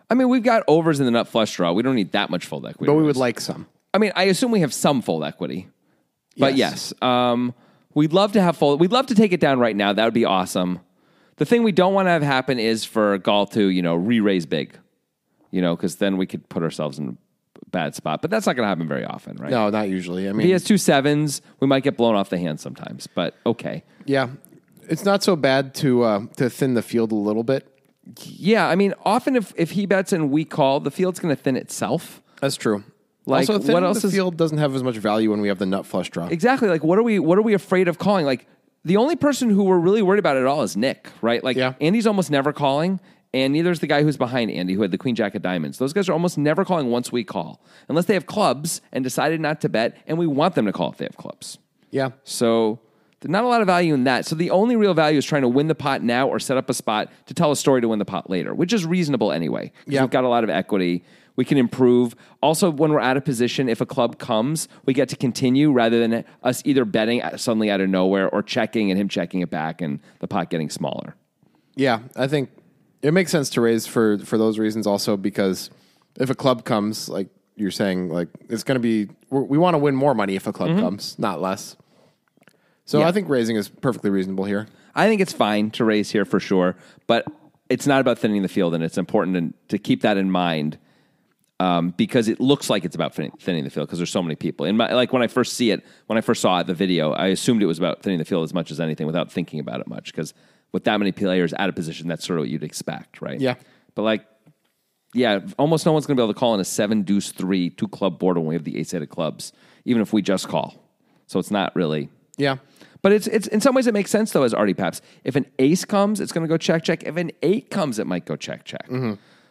Speaker 1: I mean, we've got overs in the nut flush draw. We don't need that much fold equity.
Speaker 2: But we would like some.
Speaker 1: I mean, I assume we have some fold equity. But yes,
Speaker 2: Yes.
Speaker 1: um, we'd love to have fold. We'd love to take it down right now. That would be awesome. The thing we don't want to have happen is for Gall to, you know, re-raise big, you know, because then we could put ourselves in a bad spot. But that's not going to happen very often, right?
Speaker 2: No, not usually. I mean,
Speaker 1: He has two sevens. We might get blown off the hand sometimes, but okay.
Speaker 2: yeah, it's not so bad to uh, to thin the field a little bit.
Speaker 1: Yeah, I mean, often if, if he bets and we call, the field's going to thin itself.
Speaker 2: That's true.
Speaker 1: Like,
Speaker 2: also, thin
Speaker 1: what else
Speaker 2: the
Speaker 1: is-
Speaker 2: field doesn't have as much value when we have the nut flush draw.
Speaker 1: Exactly. Like, what are we? What are we afraid of calling? Like, the only person who we're really worried about at all is Nick, right? Like,
Speaker 2: Yeah.
Speaker 1: Andy's almost never calling, and neither is the guy who's behind Andy, who had the Queen Jack of Diamonds. Those guys are almost never calling once we call, unless they have clubs and decided not to bet, and we want them to call if they have clubs.
Speaker 2: yeah,
Speaker 1: So There's not a lot of value in that. So the only real value is trying to win the pot now or set up a spot to tell a story to win the pot later, which is reasonable anyway. 'cause
Speaker 2: Yeah.
Speaker 1: We've got a lot of equity. We can improve. Also, when we're out of position, if a club comes, we get to continue rather than us either betting suddenly out of nowhere or checking and him checking it back and the pot getting smaller.
Speaker 2: Yeah, I think it makes sense to raise for for those reasons also because if a club comes, like you're saying, like it's going to be we're, we want to win more money if a club comes, not less. So
Speaker 1: Mm-hmm. Yeah.
Speaker 2: I think raising is perfectly reasonable here.
Speaker 1: I think it's fine to raise here for sure, but it's not about thinning the field, and it's important to, to keep that in mind um, because it looks like it's about thinning, thinning the field because there's so many people. And my, like when I first see it, when I first saw it, the video, I assumed it was about thinning the field as much as anything without thinking about it much because with that many players out of position, that's sort of what you'd expect, right?
Speaker 2: Yeah.
Speaker 1: But like, yeah, almost no one's going to be able to call in a seven deuce three two club board when we have the ace headed clubs, even if we just call. So it's not really
Speaker 2: Yeah,
Speaker 1: but it's it's in some ways it makes sense though as Artie Paps. If an ace comes, it's going to go check check. If an eight comes, it might go check check.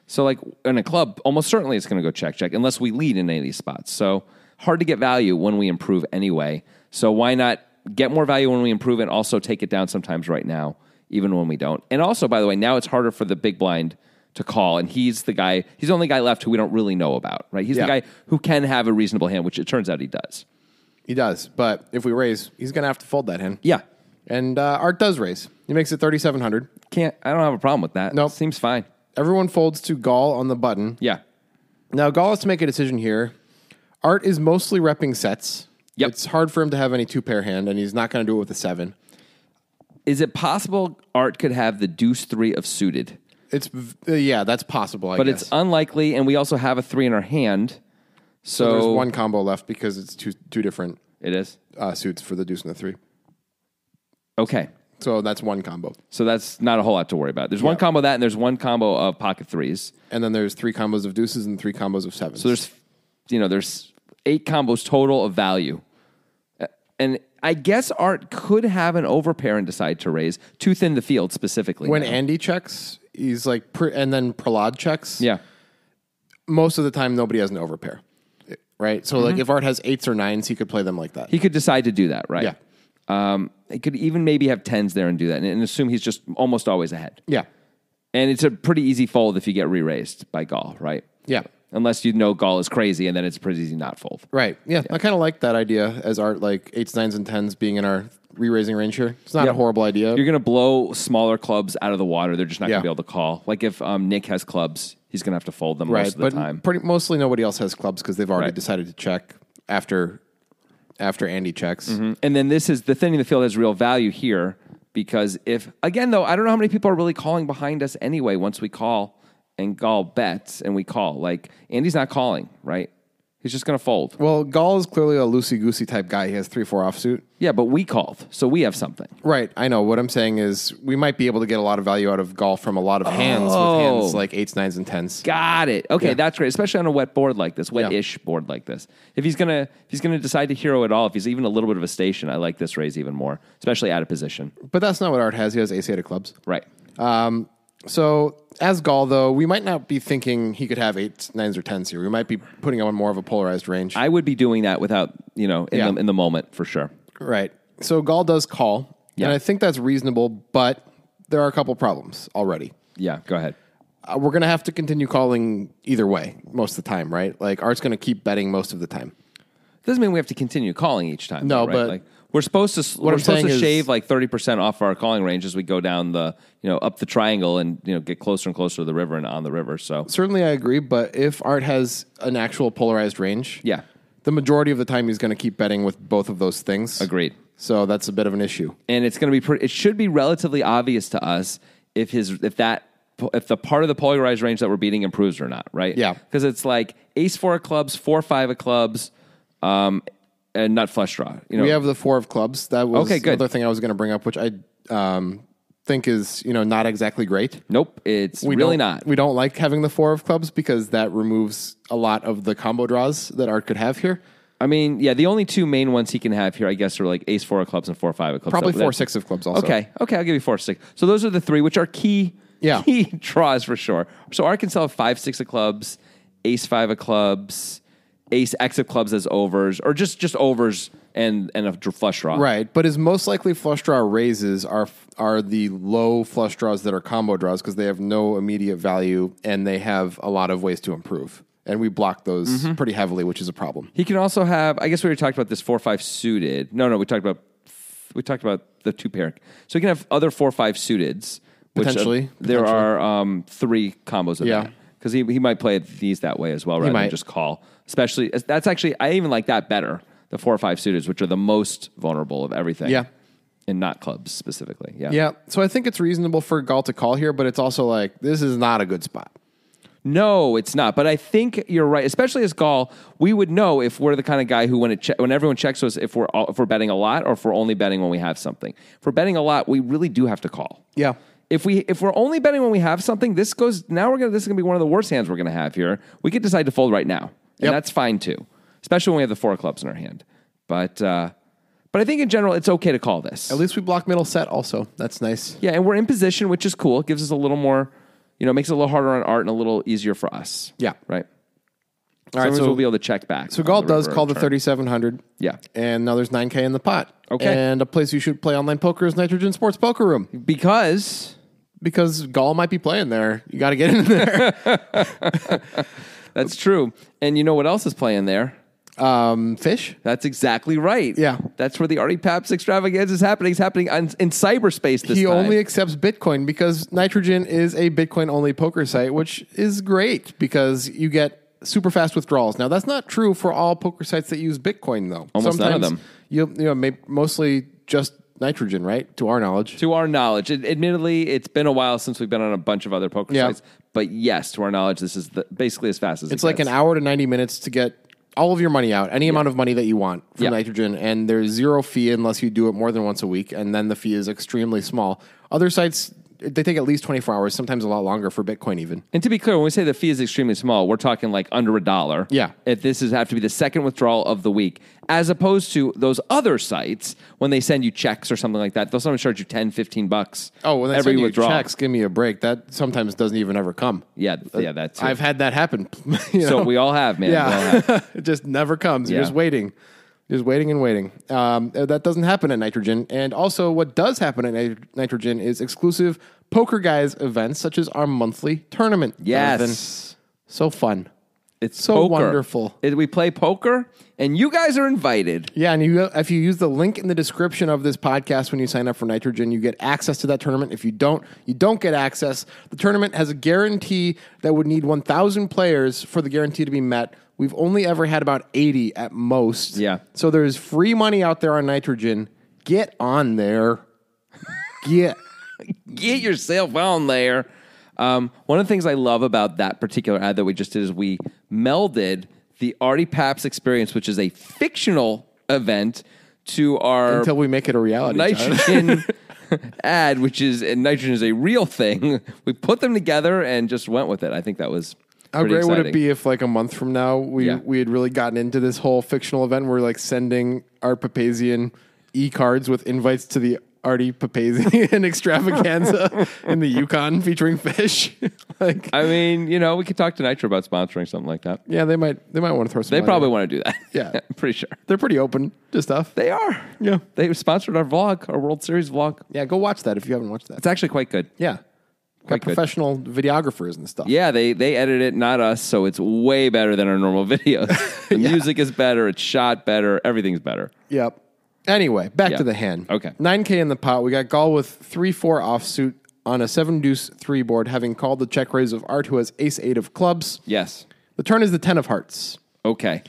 Speaker 1: So like in a club, almost certainly it's going to go check check unless we lead in any of these spots. So hard to get value when we improve anyway. So why not get more value when we improve and also take it down sometimes right now, even when we don't. And also by the way, now it's harder for the big blind to call, and he's the guy. He's the only guy left who we don't really know about, right? He's
Speaker 2: Yeah.
Speaker 1: the guy who can have a reasonable hand, which it turns out he does.
Speaker 2: he does. But if we raise, he's going to have to fold that hand.
Speaker 1: Yeah,
Speaker 2: and uh, Art does raise. He makes it thirty seven hundred.
Speaker 1: can't. I don't have a problem with that.
Speaker 2: Nope.
Speaker 1: seems fine.
Speaker 2: Everyone folds to Gall on the button.
Speaker 1: Yeah.
Speaker 2: Now, Gall has to make a decision here. Art is mostly repping sets.
Speaker 1: Yep.
Speaker 2: It's hard for him to have any two pair hand, and he's not going to do it with a seven.
Speaker 1: Is it possible Art could have the deuce three of suited?
Speaker 2: It's v- uh, yeah, that's possible. I
Speaker 1: But
Speaker 2: guess.
Speaker 1: it's unlikely, and we also have a three in our hand. So,
Speaker 2: there's one combo left because it's two two different
Speaker 1: It is
Speaker 2: uh, suits for the deuce and the three.
Speaker 1: okay.
Speaker 2: So that's one combo,
Speaker 1: So that's not a whole lot to worry about. There's one
Speaker 2: Yeah.
Speaker 1: combo of that, and there's one combo of pocket threes.
Speaker 2: and then there's three combos of deuces and three combos of sevens.
Speaker 1: So there's, you know, there's eight combos total of value. Uh, And I guess Art could have an overpair and decide to raise too thin the field specifically.
Speaker 2: when
Speaker 1: now.
Speaker 2: Andy checks, he's like, pr and then Pralad checks.
Speaker 1: yeah,
Speaker 2: most of the time nobody has an overpair, right? So like if Art has eights or nines, he could play them like that.
Speaker 1: Mm-hmm. he could decide to do that, right?
Speaker 2: Yeah.
Speaker 1: Um, he could even maybe have tens there and do that, and, and assume he's just almost always ahead.
Speaker 2: yeah,
Speaker 1: And it's a pretty easy fold if you get re-raised by Gall, right?
Speaker 2: Yeah.
Speaker 1: Unless you know Gall is crazy, and then it's pretty easy not fold.
Speaker 2: right. Yeah, I kind of like that idea as Art like eights, nines, and tens being in our re-raising range here. It's not
Speaker 1: Yeah.
Speaker 2: a horrible idea.
Speaker 1: You're going to blow smaller clubs out of the water. They're just not
Speaker 2: Yeah.
Speaker 1: going to be able to call. Like if um, Nick has clubs, he's going to have to fold them
Speaker 2: right,
Speaker 1: most of the
Speaker 2: but
Speaker 1: time.
Speaker 2: pretty mostly nobody else has clubs because they've already
Speaker 1: Right.
Speaker 2: decided to check after after Andy checks.
Speaker 1: And then this is the thinning the field has real value here because if again though I don't know how many people are really calling behind us anyway. Once we call and Gall bets and we call, like Andy's not calling, right? He's just going to fold.
Speaker 2: Well, Gall is clearly a loosey goosey type guy. He has three four offsuit.
Speaker 1: Yeah, but we called, so we have something.
Speaker 2: Right, I know. What I'm saying is we might be able to get a lot of value out of Gall from a lot of hands
Speaker 1: Oh.
Speaker 2: with hands like eights, nines, and tens.
Speaker 1: Got it. Okay,
Speaker 2: Yeah.
Speaker 1: that's great, especially on a wet board like this,
Speaker 2: Yeah.
Speaker 1: wet-ish board like this. If he's gonna, if he's gonna decide to hero at all, if he's even a little bit of a station, I like this raise even more, especially out of position.
Speaker 2: But that's not what Art has. He has ace eight of clubs.
Speaker 1: Right.
Speaker 2: Um, so as Gall though, we might not be thinking he could have eights, nines, or tens here. We might be putting on more of a polarized range.
Speaker 1: I would be doing that without, you know, in,
Speaker 2: Yeah.
Speaker 1: the, in the moment for sure.
Speaker 2: Right. So Gall does call,
Speaker 1: Yeah.
Speaker 2: and I think that's reasonable, but there are a couple problems already.
Speaker 1: Yeah. Go ahead.
Speaker 2: Uh, we're going to have to continue calling either way most of the time, right? Like Art's going to keep betting most of the time.
Speaker 1: Doesn't mean we have to continue calling each time.
Speaker 2: No,
Speaker 1: though, right?
Speaker 2: but-
Speaker 1: like, we're supposed to. What we're
Speaker 2: I'm
Speaker 1: supposed
Speaker 2: saying
Speaker 1: to
Speaker 2: is-
Speaker 1: shave like thirty percent off our calling range as we go down the, you know, up the triangle and you know get closer and closer to the river and on the river. So
Speaker 2: Certainly, I agree, but if Art has an actual polarized range,
Speaker 1: Yeah.
Speaker 2: the majority of the time he's going to keep betting with both of those things.
Speaker 1: Agreed.
Speaker 2: So that's a bit of an issue.
Speaker 1: and it's going to be pretty, it should be relatively obvious to us if his if that if the part of the polarized range that we're beating improves or not, right?
Speaker 2: Yeah.
Speaker 1: because it's like ace four of clubs, four five of clubs, um, and nut flush draw. You know,
Speaker 2: We have the four of clubs. That was
Speaker 1: Oh. Okay, good.
Speaker 2: another thing I was going to bring up, which I um, think is you know not exactly great.
Speaker 1: nope, it's really
Speaker 2: don't-
Speaker 1: not.
Speaker 2: We don't like having the four of clubs because that removes a lot of the combo draws that Art could have here.
Speaker 1: I mean, yeah, the only two main ones he can have here, I guess, are like ace four of clubs and four five of clubs.
Speaker 2: Probably
Speaker 1: That-
Speaker 2: four
Speaker 1: that-
Speaker 2: six of clubs also.
Speaker 1: Okay, okay, I'll give you four six. So those are the three, which are key,
Speaker 2: Yeah.
Speaker 1: key draws for sure. So Arkansas have five six of clubs, ace five of clubs, ace X of clubs as overs, or just just overs and and a dr- flush draw.
Speaker 2: Right, but his most likely flush draw raises are are the low flush draws that are combo draws because they have no immediate value and they have a lot of ways to improve. And we block those
Speaker 1: Mm-hmm.
Speaker 2: pretty heavily, which is a problem.
Speaker 1: He can also have. I guess we already talked about this four five suited. No, no, we talked about we talked about the two pairing. So he can have other four five suiteds. Which uh,
Speaker 2: Potentially.
Speaker 1: there
Speaker 2: Potentially.
Speaker 1: are um, three combos of
Speaker 2: Yeah.
Speaker 1: that because he he might play these that way as well, rather than
Speaker 2: might.
Speaker 1: just call. Especially that's actually I even like that better. The four or five suiteds, which are the most vulnerable of everything.
Speaker 2: Yeah.
Speaker 1: and not clubs specifically. Yeah,
Speaker 2: Yeah, so I think it's reasonable for Gall to call here, but it's also like this is not a good spot.
Speaker 1: No, it's not. But I think you're right, especially as Gaul. We would know if we're the kind of guy who, when it che- when everyone checks us, if we're all, if we're betting a lot or if we're only betting when we have something. If we're betting a lot, we really do have to call.
Speaker 2: Yeah.
Speaker 1: If we if we're only betting when we have something, this goes now. We're gonna this is gonna be one of the worst hands we're gonna have here. We could decide to fold right now, and
Speaker 2: Yep.
Speaker 1: that's fine too, especially when we have the four clubs in our hand. But uh, but I think in general, it's okay to call this.
Speaker 2: At least we block middle set. Also, that's nice.
Speaker 1: Yeah, and we're in position, which is cool. It gives us a little more, you know, makes it a little harder on art and a little easier for us.
Speaker 2: Yeah.
Speaker 1: Right.
Speaker 2: All right,
Speaker 1: Sometimes
Speaker 2: so-
Speaker 1: we'll be able to check back.
Speaker 2: So
Speaker 1: on
Speaker 2: Gall
Speaker 1: the
Speaker 2: does
Speaker 1: river
Speaker 2: call the
Speaker 1: return.
Speaker 2: 3700.
Speaker 1: Yeah.
Speaker 2: And now there's 9K in the pot.
Speaker 1: Okay.
Speaker 2: And a place you should play online poker is Nitrogen Sports Poker Room
Speaker 1: because
Speaker 2: because Gall might be playing there. You got to get in there.
Speaker 1: that's true. And you know what else is playing there?
Speaker 2: um, fish?
Speaker 1: That's exactly right.
Speaker 2: Yeah.
Speaker 1: That's where the Artie Paps extravaganza is happening. It's happening on, in cyberspace this
Speaker 2: he
Speaker 1: time.
Speaker 2: only accepts Bitcoin because Nitrogen is a Bitcoin only poker site, which is great because you get super fast withdrawals. Now that's not true for all poker sites that use Bitcoin though.
Speaker 1: Almost none of them.
Speaker 2: You, you know, may, mostly just Nitrogen, right? To our knowledge.
Speaker 1: to our knowledge, it, admittedly, it's been a while since we've been on a bunch of other poker
Speaker 2: Yeah.
Speaker 1: sites. But yes, to our knowledge, this is the, basically as fast as
Speaker 2: It's like an hour to 90 minutes to get all of your money out, any amount of money that you want from
Speaker 1: Yeah.
Speaker 2: nitrogen. And there's zero fee unless you do it more than once a week. And then the fee is extremely small. Other sites, they take at least 24 hours, sometimes a lot longer for Bitcoin, even.
Speaker 1: And to be clear, when we say the fee is extremely small, we're talking like under a dollar.
Speaker 2: Yeah.
Speaker 1: If this is have to be the second withdrawal of the week, as opposed to those other sites when they send you checks or something like that, they'll sometimes charge you 10, 15 bucks.
Speaker 2: Oh, when they
Speaker 1: every
Speaker 2: send you
Speaker 1: withdrawal.
Speaker 2: checks, give me a break. That sometimes doesn't even ever come.
Speaker 1: Yeah, yeah, that's
Speaker 2: I've had that happen. you
Speaker 1: so
Speaker 2: know?
Speaker 1: we all have, man. We all have.
Speaker 2: Yeah, it just never comes. You're
Speaker 1: Yeah.
Speaker 2: just waiting, just waiting and waiting. Um, uh, that doesn't happen at nitrogen. And also, what does happen at Nit- nitrogen is exclusive poker guys events, such as our monthly tournament.
Speaker 1: Yes.
Speaker 2: Jonathan. so fun.
Speaker 1: It's
Speaker 2: So
Speaker 1: poker.
Speaker 2: wonderful.
Speaker 1: It- we play poker, and you guys are invited.
Speaker 2: Yeah, and you, if you use the link in the description of this podcast when you sign up for Nitrogen, you get access to that tournament. If you don't, you don't get access. The tournament has a guarantee that would need 1,000 players for the guarantee to be met. We've only ever had about 80 at most.
Speaker 1: Yeah.
Speaker 2: So there's free money out there on Nitrogen. Get on there. Get.
Speaker 1: get yourself on there. Um, one of the things I love about that particular ad that we just did is we melded the Artie Paps experience, which is a fictional event, to our
Speaker 2: Until we make it a reality. John.
Speaker 1: nitrogen ad, which is and nitrogen is a real thing. We put them together and just went with it. I think that was
Speaker 2: How
Speaker 1: pretty
Speaker 2: great would it
Speaker 1: exciting.
Speaker 2: be if, like, a month from now, we
Speaker 1: Yeah.
Speaker 2: we had really gotten into this whole fictional event? We're like sending our Papazian e cards with invites to the Artie Papazian extravaganza in the Yukon featuring fish. like,
Speaker 1: I mean, you know, we could talk to Nitro about sponsoring something like that.
Speaker 2: yeah, they might they might want to throw some.
Speaker 1: They
Speaker 2: money.
Speaker 1: probably want to do that.
Speaker 2: Yeah.
Speaker 1: I'm pretty sure
Speaker 2: they're pretty open to stuff.
Speaker 1: they are.
Speaker 2: Yeah.
Speaker 1: they sponsored our vlog, our World Series vlog.
Speaker 2: yeah, go watch that if you haven't watched that.
Speaker 1: It's actually quite good.
Speaker 2: Yeah,
Speaker 1: Quite
Speaker 2: got
Speaker 1: good.
Speaker 2: professional videographers and stuff.
Speaker 1: Yeah, they they edit it, not us, so it's way better than our normal videos. The music is better, it's shot better, everything's better.
Speaker 2: Yep. Anyway, back
Speaker 1: Yeah.
Speaker 2: to the hand.
Speaker 1: Okay.
Speaker 2: 9K in the pot. We got Gall with 3 4 offsuit on a 7 deuce 3 board, having called the check raise of Art, who has ace 8 of clubs.
Speaker 1: Yes.
Speaker 2: The turn is the 10 of hearts.
Speaker 1: Okay.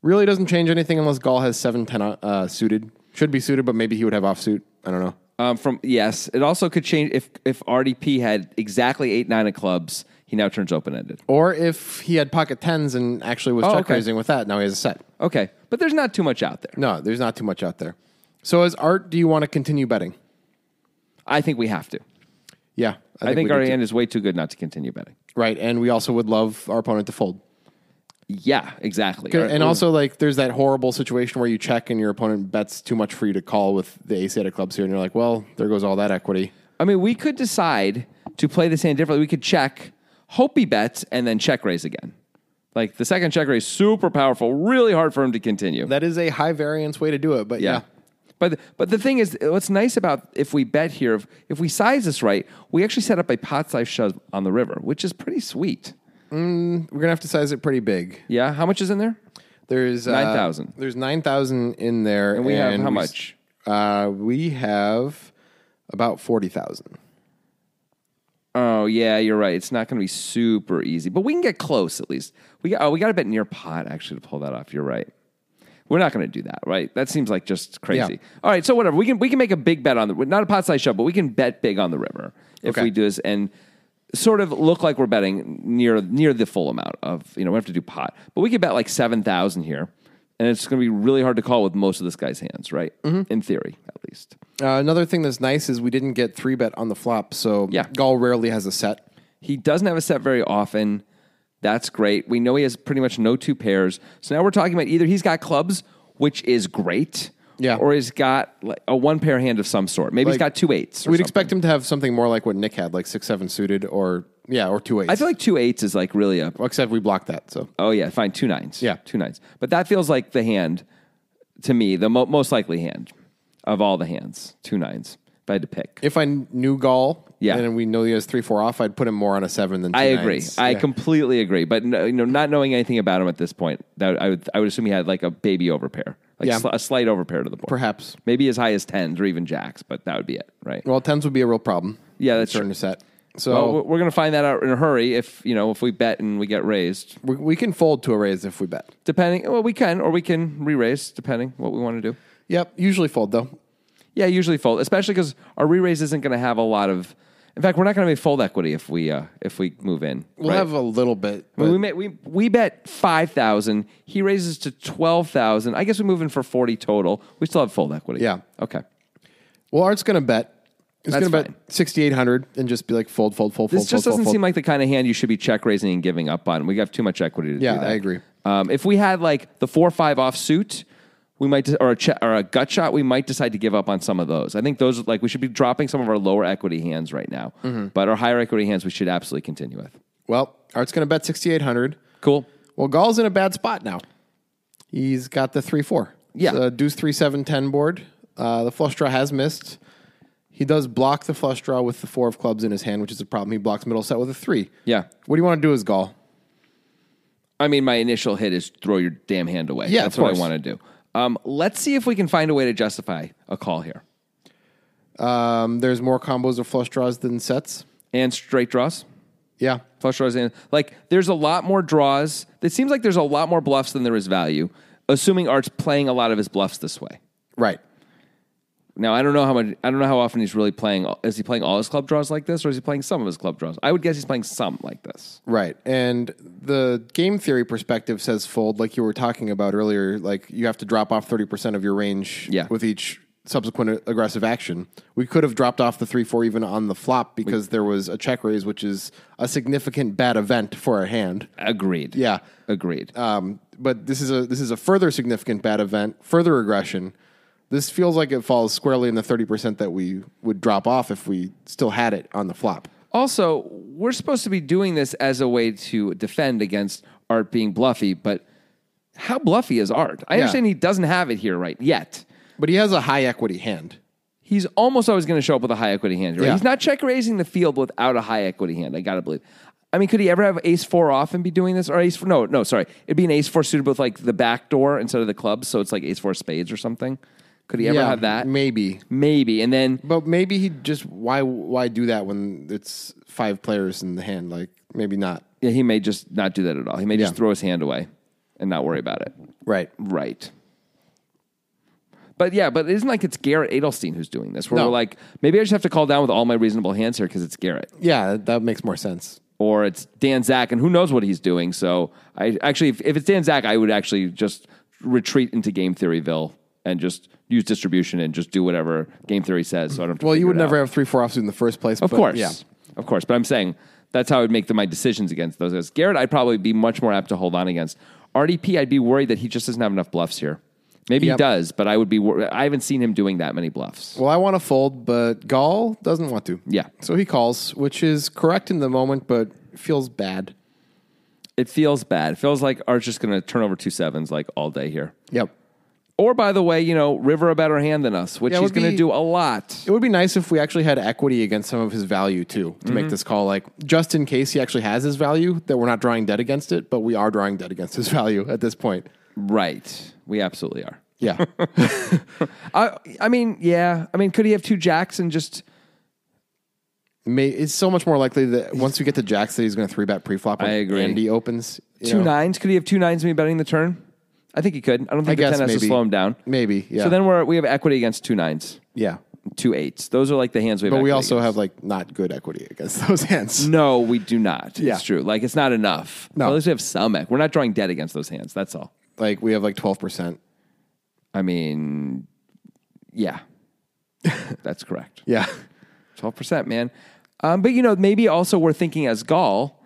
Speaker 2: Really doesn't change anything unless Gall has 7 10 uh, suited. Should be suited, but maybe he would have offsuit. I don't know.
Speaker 1: Um, from yes, it also could change if if RDP had exactly eight nine of clubs, he now turns open ended.
Speaker 2: Or if he had pocket 10s and actually was check
Speaker 1: Oh, okay.
Speaker 2: raising with that, now he has a set.
Speaker 1: Okay, but there's not too much out there.
Speaker 2: No, there's not too much out there. So, as Art, do you want to continue betting?
Speaker 1: I think we have to.
Speaker 2: Yeah.
Speaker 1: I think,
Speaker 2: we
Speaker 1: our
Speaker 2: do too.
Speaker 1: hand is way too good not to continue betting.
Speaker 2: Right. And we also would love our opponent to fold.
Speaker 1: Yeah, exactly.
Speaker 2: Okay,
Speaker 1: All right,
Speaker 2: and
Speaker 1: we're-
Speaker 2: also like there's that horrible situation where you check and your opponent bets too much for you to call with the ace eight of clubs here, and you're like, well, there goes all that equity.
Speaker 1: I mean, we could decide to play this hand differently. We could check, hope he bets, and then check raise again. Like the second chakra is super powerful, really hard for him to continue.
Speaker 2: That is a high variance way to do it, but yeah.
Speaker 1: Yeah. But, but the thing is, what's nice about if we bet here, if, if we size this right, we actually set up a pot size shove on the river, which is pretty sweet.
Speaker 2: we're gonna have to size it pretty big.
Speaker 1: Yeah. How much is in there?
Speaker 2: There's uh,
Speaker 1: 9,000.
Speaker 2: There's nine thousand in there, and
Speaker 1: we have how
Speaker 2: s-
Speaker 1: much?
Speaker 2: Uh, we have about forty thousand.
Speaker 1: Oh, yeah, you're right. It's not going to be super easy, but we can get close at least. We, got- oh, we got to bet near pot actually to pull that off. You're right. We're not going to do that, right? That seems like just crazy.
Speaker 2: Yeah.
Speaker 1: All right, so whatever. We can, we can make a big bet on the, not a pot size shove, but we can bet big on the river if
Speaker 2: Okay.
Speaker 1: we do this and sort of look like we're betting near, near the full amount of, you know, we have to do pot, but we could bet like 7,000 here. And it's going to be really hard to call with most of this guy's hands, right?
Speaker 2: Mm-hmm.
Speaker 1: In theory, at least.
Speaker 2: Uh, another thing that's nice is we didn't get three bet on the flop, so
Speaker 1: Yeah.
Speaker 2: Gall rarely has a set.
Speaker 1: He doesn't have a set very often. That's great. We know he has pretty much no two pairs. So now we're talking about either he's got clubs, which is great,
Speaker 2: Yeah.
Speaker 1: or he's got like, a one pair hand of some sort. Maybe he's
Speaker 2: Like,
Speaker 1: got two eights. or
Speaker 2: We'd
Speaker 1: something.
Speaker 2: expect him to have something more like what Nick had, like six seven suited, or yeah, or two eights.
Speaker 1: I feel like two eights is like really a.
Speaker 2: Well, except we blocked that. So
Speaker 1: Oh yeah, fine, two nines.
Speaker 2: Yeah.
Speaker 1: two nines. But that feels like the hand to me, the mo- most likely hand of all the hands, two nines. If I had to pick,
Speaker 2: if I knew Gall,
Speaker 1: Yeah.
Speaker 2: and we know he has three four off, I'd put him more on a seven than. Two
Speaker 1: I agree.
Speaker 2: nines.
Speaker 1: I
Speaker 2: Yeah.
Speaker 1: completely agree. But no, you know, not knowing anything about him at this point, that I would I would assume he had like a baby overpair, like
Speaker 2: Yeah.
Speaker 1: sli- a slight overpair to the board,
Speaker 2: Perhaps.
Speaker 1: maybe as high as tens or even jacks, but that would be it, right?
Speaker 2: well tens would be a real problem.
Speaker 1: Yeah, that's
Speaker 2: during
Speaker 1: true.
Speaker 2: the set.
Speaker 1: Well,
Speaker 2: So
Speaker 1: we're- we're gonna find that out in a hurry if you know if we bet and we get raised,
Speaker 2: we, we can fold to a raise if we bet.
Speaker 1: depending. Well, we can or we can re-raise depending what we want to do.
Speaker 2: Yep, usually fold though.
Speaker 1: Yeah, usually fold, especially because our re-raise isn't going to have a lot of. In fact, we're not going to be fold equity if we uh, if we move in.
Speaker 2: We'll
Speaker 1: right?
Speaker 2: have a little bit.
Speaker 1: I mean,
Speaker 2: but-
Speaker 1: we, may, we we bet five thousand. He raises to twelve thousand. I guess we move in for forty total. We still have full equity.
Speaker 2: Yeah.
Speaker 1: Okay.
Speaker 2: well, Art's gonna bet. He's
Speaker 1: That's
Speaker 2: gonna bet
Speaker 1: fine.
Speaker 2: sixty eight hundred and just be like fold, fold, fold,
Speaker 1: This
Speaker 2: fold.
Speaker 1: just
Speaker 2: fold,
Speaker 1: doesn't
Speaker 2: fold,
Speaker 1: seem
Speaker 2: fold.
Speaker 1: like the kind of hand you should be check raising and giving up on. We have too much equity to
Speaker 2: Yeah,
Speaker 1: do that.
Speaker 2: I agree.
Speaker 1: Um, if we had like the four or five off suit, we might de- or a che- or a gut shot, we might decide to give up on some of those. I think those like we should be dropping some of our lower equity hands right now,
Speaker 2: Mm-hmm.
Speaker 1: but our higher equity hands we should absolutely continue with.
Speaker 2: Well, Art's gonna bet sixty eight hundred.
Speaker 1: Cool.
Speaker 2: Well, Gall's in a bad spot now. He's got the three four.
Speaker 1: Yeah.
Speaker 2: the deuce three seven ten board. Uh, the flush draw has missed. He does block the flush draw with the four of clubs in his hand, which is a problem. He blocks middle set with a three.
Speaker 1: Yeah.
Speaker 2: What do you want to do as Gall?
Speaker 1: I mean, my initial hit is throw your damn hand away.
Speaker 2: Yeah,
Speaker 1: that's
Speaker 2: of
Speaker 1: what I
Speaker 2: course.
Speaker 1: want to do. Um, let's see if we can find a way to justify a call here
Speaker 2: Um, there's more combos of flush draws than sets.
Speaker 1: and straight draws,
Speaker 2: Yeah.
Speaker 1: flush draws, and like there's a lot more draws. It seems like there's a lot more bluffs than there is value, assuming Art's playing a lot of his bluffs this way.
Speaker 2: Right.
Speaker 1: Now I don't know how much I don't know how often he's really playing. Is he playing all his club draws like this, or is he playing some of his club draws? I would guess he's playing some like this.
Speaker 2: Right. And the game theory perspective says fold, like you were talking about earlier. Like you have to drop off 30% of your range
Speaker 1: Yeah.
Speaker 2: with each subsequent a- aggressive action. We could have dropped off the 3 4 even on the flop because there was a check raise, which is a significant bad event for our hand.
Speaker 1: Agreed.
Speaker 2: Yeah.
Speaker 1: Agreed.
Speaker 2: Um, but this is a this is a further significant bad event, further aggression. This feels like it falls squarely in the 30% that we would drop off if we still had it on the flop.
Speaker 1: Also, we're supposed to be doing this as a way to defend against Art being bluffy, but how bluffy is Art? I
Speaker 2: Yeah.
Speaker 1: understand he doesn't have it here right yet.
Speaker 2: But he has a high equity hand.
Speaker 1: He's almost always going to show up with a high equity hand. Right?
Speaker 2: Yeah.
Speaker 1: He's not check raising the field without a high equity hand. I gotta believe. I mean, could he ever have ace four off and be doing this? Or ace four? No, no, sorry. It'd be an ace four suited with like the back door instead of the clubs, so it's like ace four spades or something. Could he ever have that?
Speaker 2: Maybe.
Speaker 1: Maybe. And then
Speaker 2: But maybe he just why why do that when it's five players in the hand? Like maybe not.
Speaker 1: yeah, he may just not do that at all. He may just
Speaker 2: Yeah.
Speaker 1: throw his hand away and not worry about it.
Speaker 2: Right.
Speaker 1: Right. But yeah, but it isn't like it's Garrett Adelstein who's doing this. Where
Speaker 2: No.
Speaker 1: we're like, maybe I just have to call down with all my reasonable hands here because it's Garrett,
Speaker 2: Yeah, that makes more sense.
Speaker 1: or it's Dan Zach, and who knows what he's doing. So I actually, if, if it's Dan Zach, I would actually just retreat into Game Theoryville and just use distribution and just do whatever Game Theory says. So I don't. Have to
Speaker 2: Well, you
Speaker 1: figure
Speaker 2: would
Speaker 1: it
Speaker 2: never
Speaker 1: out.
Speaker 2: have three four offsuit in the first place.
Speaker 1: of course,
Speaker 2: Yeah.
Speaker 1: of course. But I'm saying that's how I would make the, my decisions against those guys. Garrett, I'd probably be much more apt to hold on against. RDP, I'd be worried that he just doesn't have enough bluffs here. Maybe
Speaker 2: Yep.
Speaker 1: he does, but I would be. Wor- I haven't seen him doing that many bluffs.
Speaker 2: Well, I want to fold, but Gall doesn't want to.
Speaker 1: Yeah.
Speaker 2: So he calls, which is correct in the moment, but feels bad.
Speaker 1: It feels bad. It feels like Art's just going to turn over two sevens like all day here.
Speaker 2: Yep.
Speaker 1: Or by the way, you know, River a better hand than us, which
Speaker 2: Yeah, it
Speaker 1: he's
Speaker 2: would
Speaker 1: going to
Speaker 2: be-
Speaker 1: do a lot.
Speaker 2: It would be nice if we actually had equity against some of his value too to
Speaker 1: Mm-hmm.
Speaker 2: make this call. Like just in case he actually has his value, that we're not drawing dead against it, but we are drawing dead against his value at this point.
Speaker 1: Right. We absolutely are.
Speaker 2: Yeah.
Speaker 1: I I mean, yeah. I mean, could he have two jacks and just
Speaker 2: May, it's so much more likely that once we get to jacks that he's going to three bet preflop. When
Speaker 1: I agree.
Speaker 2: And he opens you
Speaker 1: two
Speaker 2: know.
Speaker 1: nines? Could he have two nines and be betting the turn? I think he could. I don't think the
Speaker 2: guess
Speaker 1: ten has to
Speaker 2: maybe.
Speaker 1: slow him down.
Speaker 2: Maybe. Yeah.
Speaker 1: So then we're we have equity against two nines,
Speaker 2: yeah.
Speaker 1: two eights. Those are like the hands we have.
Speaker 2: But we
Speaker 1: equity
Speaker 2: also
Speaker 1: against.
Speaker 2: have like not good equity against those hands.
Speaker 1: No, we do not.
Speaker 2: Yeah.
Speaker 1: It's true. Like it's not enough.
Speaker 2: No.
Speaker 1: At least we have some ec- We're not drawing dead against those hands. That's all.
Speaker 2: Like we have like twelve percent.
Speaker 1: I mean, yeah. That's correct.
Speaker 2: Yeah.
Speaker 1: Twelve percent, man. Um, but you know, maybe also we're thinking as Gaul,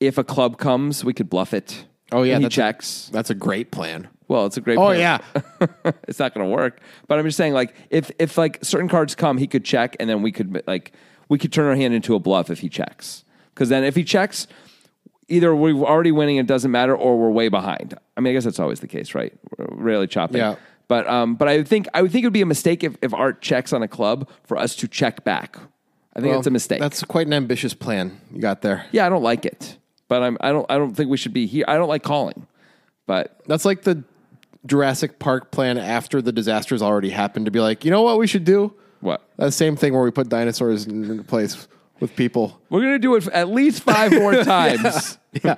Speaker 1: if a club comes, we could bluff it.
Speaker 2: Oh, yeah,
Speaker 1: And he
Speaker 2: that's a-
Speaker 1: checks.
Speaker 2: That's a great plan.
Speaker 1: well, it's a great.
Speaker 2: Oh
Speaker 1: plan.
Speaker 2: yeah.
Speaker 1: it's not going to work. But I'm just saying, like, if if like certain cards come, he could check, and then we could like we could turn our hand into a bluff if he checks. Because then if he checks, either we're already winning, it doesn't matter, or we're way behind. I mean, I guess that's always the case, right? We're rarely chopping.
Speaker 2: Yeah.
Speaker 1: But um, but I would think I would think it would be a mistake if if Art checks on a club for us to check back. I think that's a mistake.
Speaker 2: That's quite an ambitious plan you got there.
Speaker 1: yeah, I don't like it. But I'm I don't I don't think we should be here. I don't like calling. But
Speaker 2: That's like the Jurassic Park plan after the disasters already happened to be like, you know what we should do?
Speaker 1: what?
Speaker 2: That same thing where we put dinosaurs in in place with people.
Speaker 1: We're gonna do it at least five more times.
Speaker 2: Yeah.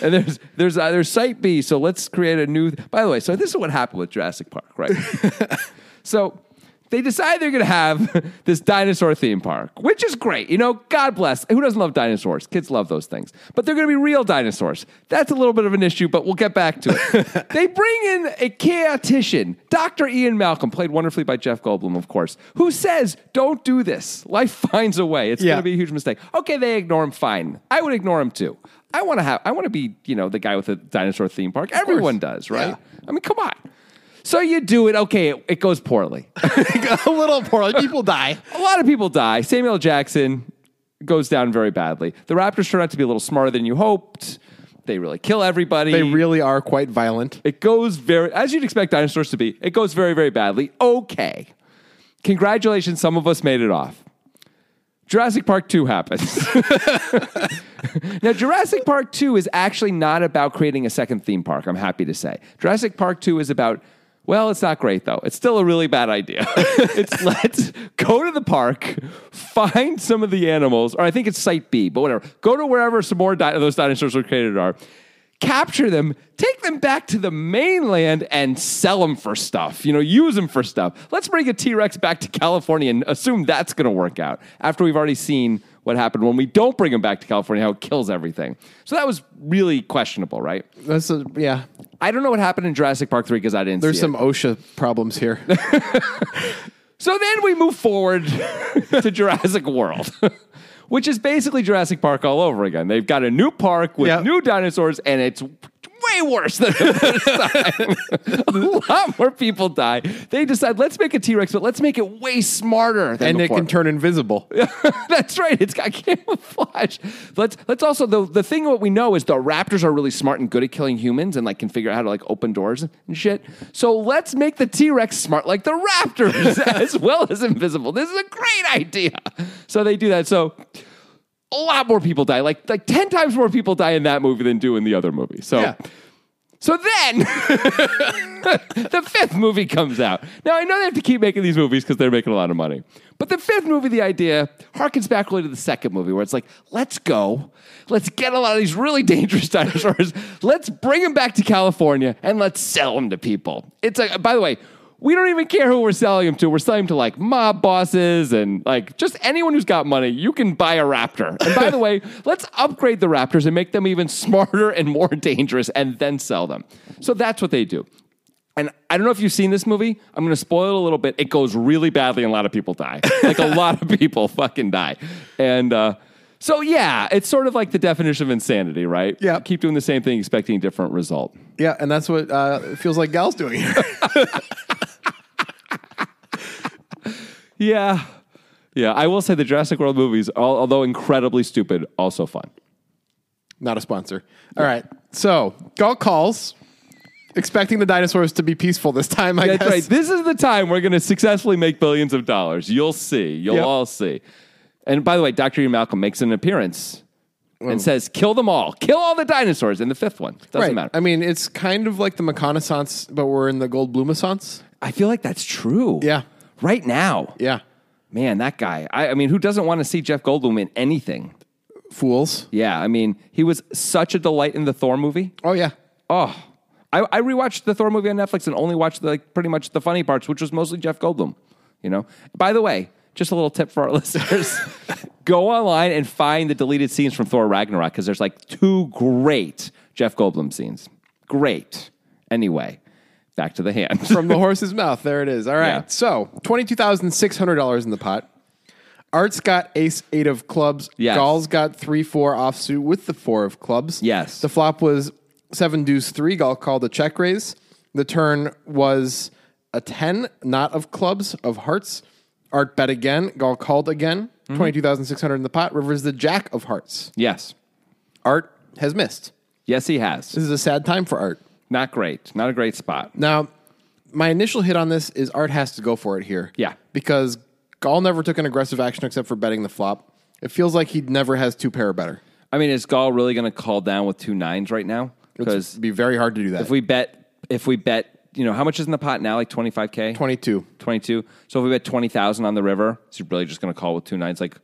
Speaker 1: And there's there's uh, there's site B, so let's create a new. By the way, so this is what happened with Jurassic Park, right? so they decide they're going to have this dinosaur theme park, which is great. You know, God bless. Who doesn't love dinosaurs? Kids love those things. But they're going to be real dinosaurs. That's a little bit of an issue, but we'll get back to it. they bring in a chaotician, Dr. Ian Malcolm, played wonderfully by Jeff Goldblum, of course, who says, "Don't do this. Life finds a way. It's
Speaker 2: Yeah.
Speaker 1: going to be a huge mistake." Okay, they ignore him. Fine. I would ignore him too. I want to have. I want to be, you know, the guy with the dinosaur theme park. Everyone does, right? I mean, come on. So you do it. Okay, it, it goes poorly.
Speaker 2: a little poor. Like people die.
Speaker 1: a lot of people die. Samuel L. Jackson goes down very badly. The Raptors turn out to be a little smarter than you hoped. They really kill everybody.
Speaker 2: They really are quite violent.
Speaker 1: it goes very, as you'd expect dinosaurs to be, it goes very, very badly. Okay. Congratulations, some of us made it off. Jurassic Park 2 happens. now, Jurassic Park 2 is actually not about creating a second theme park, I'm happy to say. Jurassic Park 2 is about, well, it's not great though. It's still a really bad idea. it's let's go to the park, find some of the animals, or I think it's Site B, but whatever. Go to wherever some more di- those dinosaurs were created are, capture them, take them back to the mainland, and sell them for stuff. You know, use them for stuff. Let's bring a T Rex back to California and assume that's going to work out after we've already seen what happened when we don't bring them back to California, how it kills everything. So that was really questionable, right?
Speaker 2: That's a, yeah.
Speaker 1: I don't know what happened in Jurassic Park 3 because I didn't
Speaker 2: There's
Speaker 1: see
Speaker 2: some
Speaker 1: it.
Speaker 2: OSHA problems here.
Speaker 1: So then we move forward to Jurassic World, which is basically Jurassic Park all over again. They've got a new park with
Speaker 2: Yeah.
Speaker 1: new dinosaurs, and it's way worse than the first time. a lot more people die. They decide, let's make a T Rex, but let's make it way smarter than
Speaker 2: and it
Speaker 1: before.
Speaker 2: can turn invisible.
Speaker 1: That's right. It's got camouflage. Let's let's also the the thing what we know is the raptors are really smart and good at killing humans and like can figure out how to like open doors and shit. So let's make the T Rex smart like the raptors as well as invisible. This is a great idea. So they do that. So a lot more people die. Like like ten times more people die in that movie than do in the other movie. So.
Speaker 2: Yeah.
Speaker 1: So then, the fifth movie comes out. Now, I know they have to keep making these movies because they're making a lot of money. But the fifth movie, the idea harkens back really to the second movie where it's like, let's go. Let's get a lot of these really dangerous dinosaurs. let's bring them back to California and let's sell them to people. It's like, by the way, we don't even care who we're selling them to. We're selling them to like mob bosses and like just anyone who's got money. You can buy a raptor. And by the way, let's upgrade the raptors and make them even smarter and more dangerous and then sell them. So that's what they do. And I don't know if you've seen this movie. I'm going to spoil it a little bit. It goes really badly, and a lot of people die. Like a lot of people fucking die. And uh, so, yeah, it's sort of like the definition of insanity, right?
Speaker 2: Yeah.
Speaker 1: You keep doing the same thing, expecting a different result.
Speaker 2: yeah, and that's what uh, it feels like Gal's doing here.
Speaker 1: Yeah. Yeah, I will say the Jurassic World movies, al- although incredibly stupid, also fun.
Speaker 2: Not a sponsor. All right. So Galt calls, expecting the dinosaurs to be peaceful this time. I
Speaker 1: That's
Speaker 2: guess.
Speaker 1: right. This is the time we're going to successfully make billions of dollars. You'll see. You'll
Speaker 2: Yep.
Speaker 1: all see. And by the way, Dr. E. Malcolm makes an appearance and says, kill them all. Kill all the dinosaurs in the fifth one. Doesn't
Speaker 2: Mm. Right.
Speaker 1: matter.
Speaker 2: I mean, it's kind of like the McConaissance, but we're in the Gold Blumissance.
Speaker 1: I feel like that's true.
Speaker 2: Yeah.
Speaker 1: Right now.
Speaker 2: Yeah.
Speaker 1: Man, that guy. I, I mean, who doesn't want to see Jeff Goldblum in anything?
Speaker 2: Fools.
Speaker 1: Yeah. I mean, he was such a delight in the Thor movie.
Speaker 2: Oh yeah.
Speaker 1: Oh, I, I rewatched the Thor movie on Netflix and only watched like pretty much the funny parts, which was mostly Jeff Goldblum. You know. By the way, just a little tip for our listeners: go online and find the deleted scenes from Thor Ragnarok because there's like two great Jeff Goldblum scenes. Great. Anyway, back to the hand.
Speaker 2: From the horse's mouth. There it is. All right.
Speaker 1: Yeah.
Speaker 2: So twenty two thousand six hundred dollars in the pot. Art's got ace eight of clubs.
Speaker 1: Yes.
Speaker 2: Gall's got three four offsuit with the four of clubs.
Speaker 1: Yes.
Speaker 2: The flop was seven deuce three. Gall called a check raise. The turn was a ten, not of clubs, of hearts. Art bet again. Gall called again.
Speaker 1: Mm-hmm.
Speaker 2: two thousand six hundred in the pot. Rivers the jack of hearts.
Speaker 1: yes,
Speaker 2: Art has missed.
Speaker 1: yes, he has.
Speaker 2: This is a sad time for Art.
Speaker 1: Not great. Not a great spot.
Speaker 2: Now, my initial hit on this is Art has to go for it here.
Speaker 1: Yeah.
Speaker 2: Because Gall never took an aggressive action except for betting the flop. It feels like he never has two pair or better.
Speaker 1: I mean, is Gall really going to call down with two nines right now? Because
Speaker 2: It'd be very hard to do that.
Speaker 1: if we bet, if we bet, you know, how much is in the pot now? Like twenty five k.
Speaker 2: 22.
Speaker 1: 22. So if we bet 20,000 on the river, is he really just going to call with two nines? Like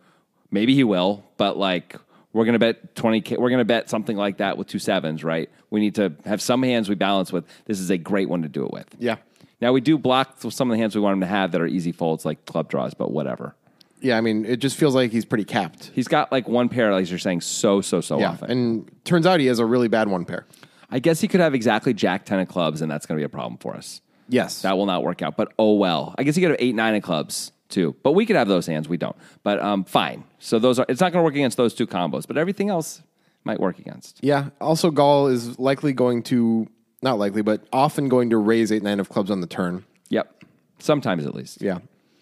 Speaker 1: maybe he will, but like we're going to bet 20k. We're going to bet something like that with two sevens, right? We need to have some hands we balance with. This is a great one to do it with.
Speaker 2: Yeah.
Speaker 1: Now we do block some of the hands we want him to have that are easy folds like club draws, but whatever.
Speaker 2: Yeah, I mean, it just feels like he's pretty capped.
Speaker 1: He's got like one pair, like you're saying, so, so, so
Speaker 2: Yeah.
Speaker 1: often.
Speaker 2: And turns out he has a really bad one pair.
Speaker 1: I guess he could have exactly jack 10 of clubs, and that's going to be a problem for us.
Speaker 2: Yes.
Speaker 1: That will not work out. But oh well. I guess you could have eight, nine of clubs too. But we could have those hands. We don't. But um, fine. So those are. It's not going to work against those two combos. But everything else might work against.
Speaker 2: yeah. Also, Gall is likely going to, not likely, but often going to raise 8 9 of clubs on the turn.
Speaker 1: Yep. Sometimes at least.
Speaker 2: Yeah.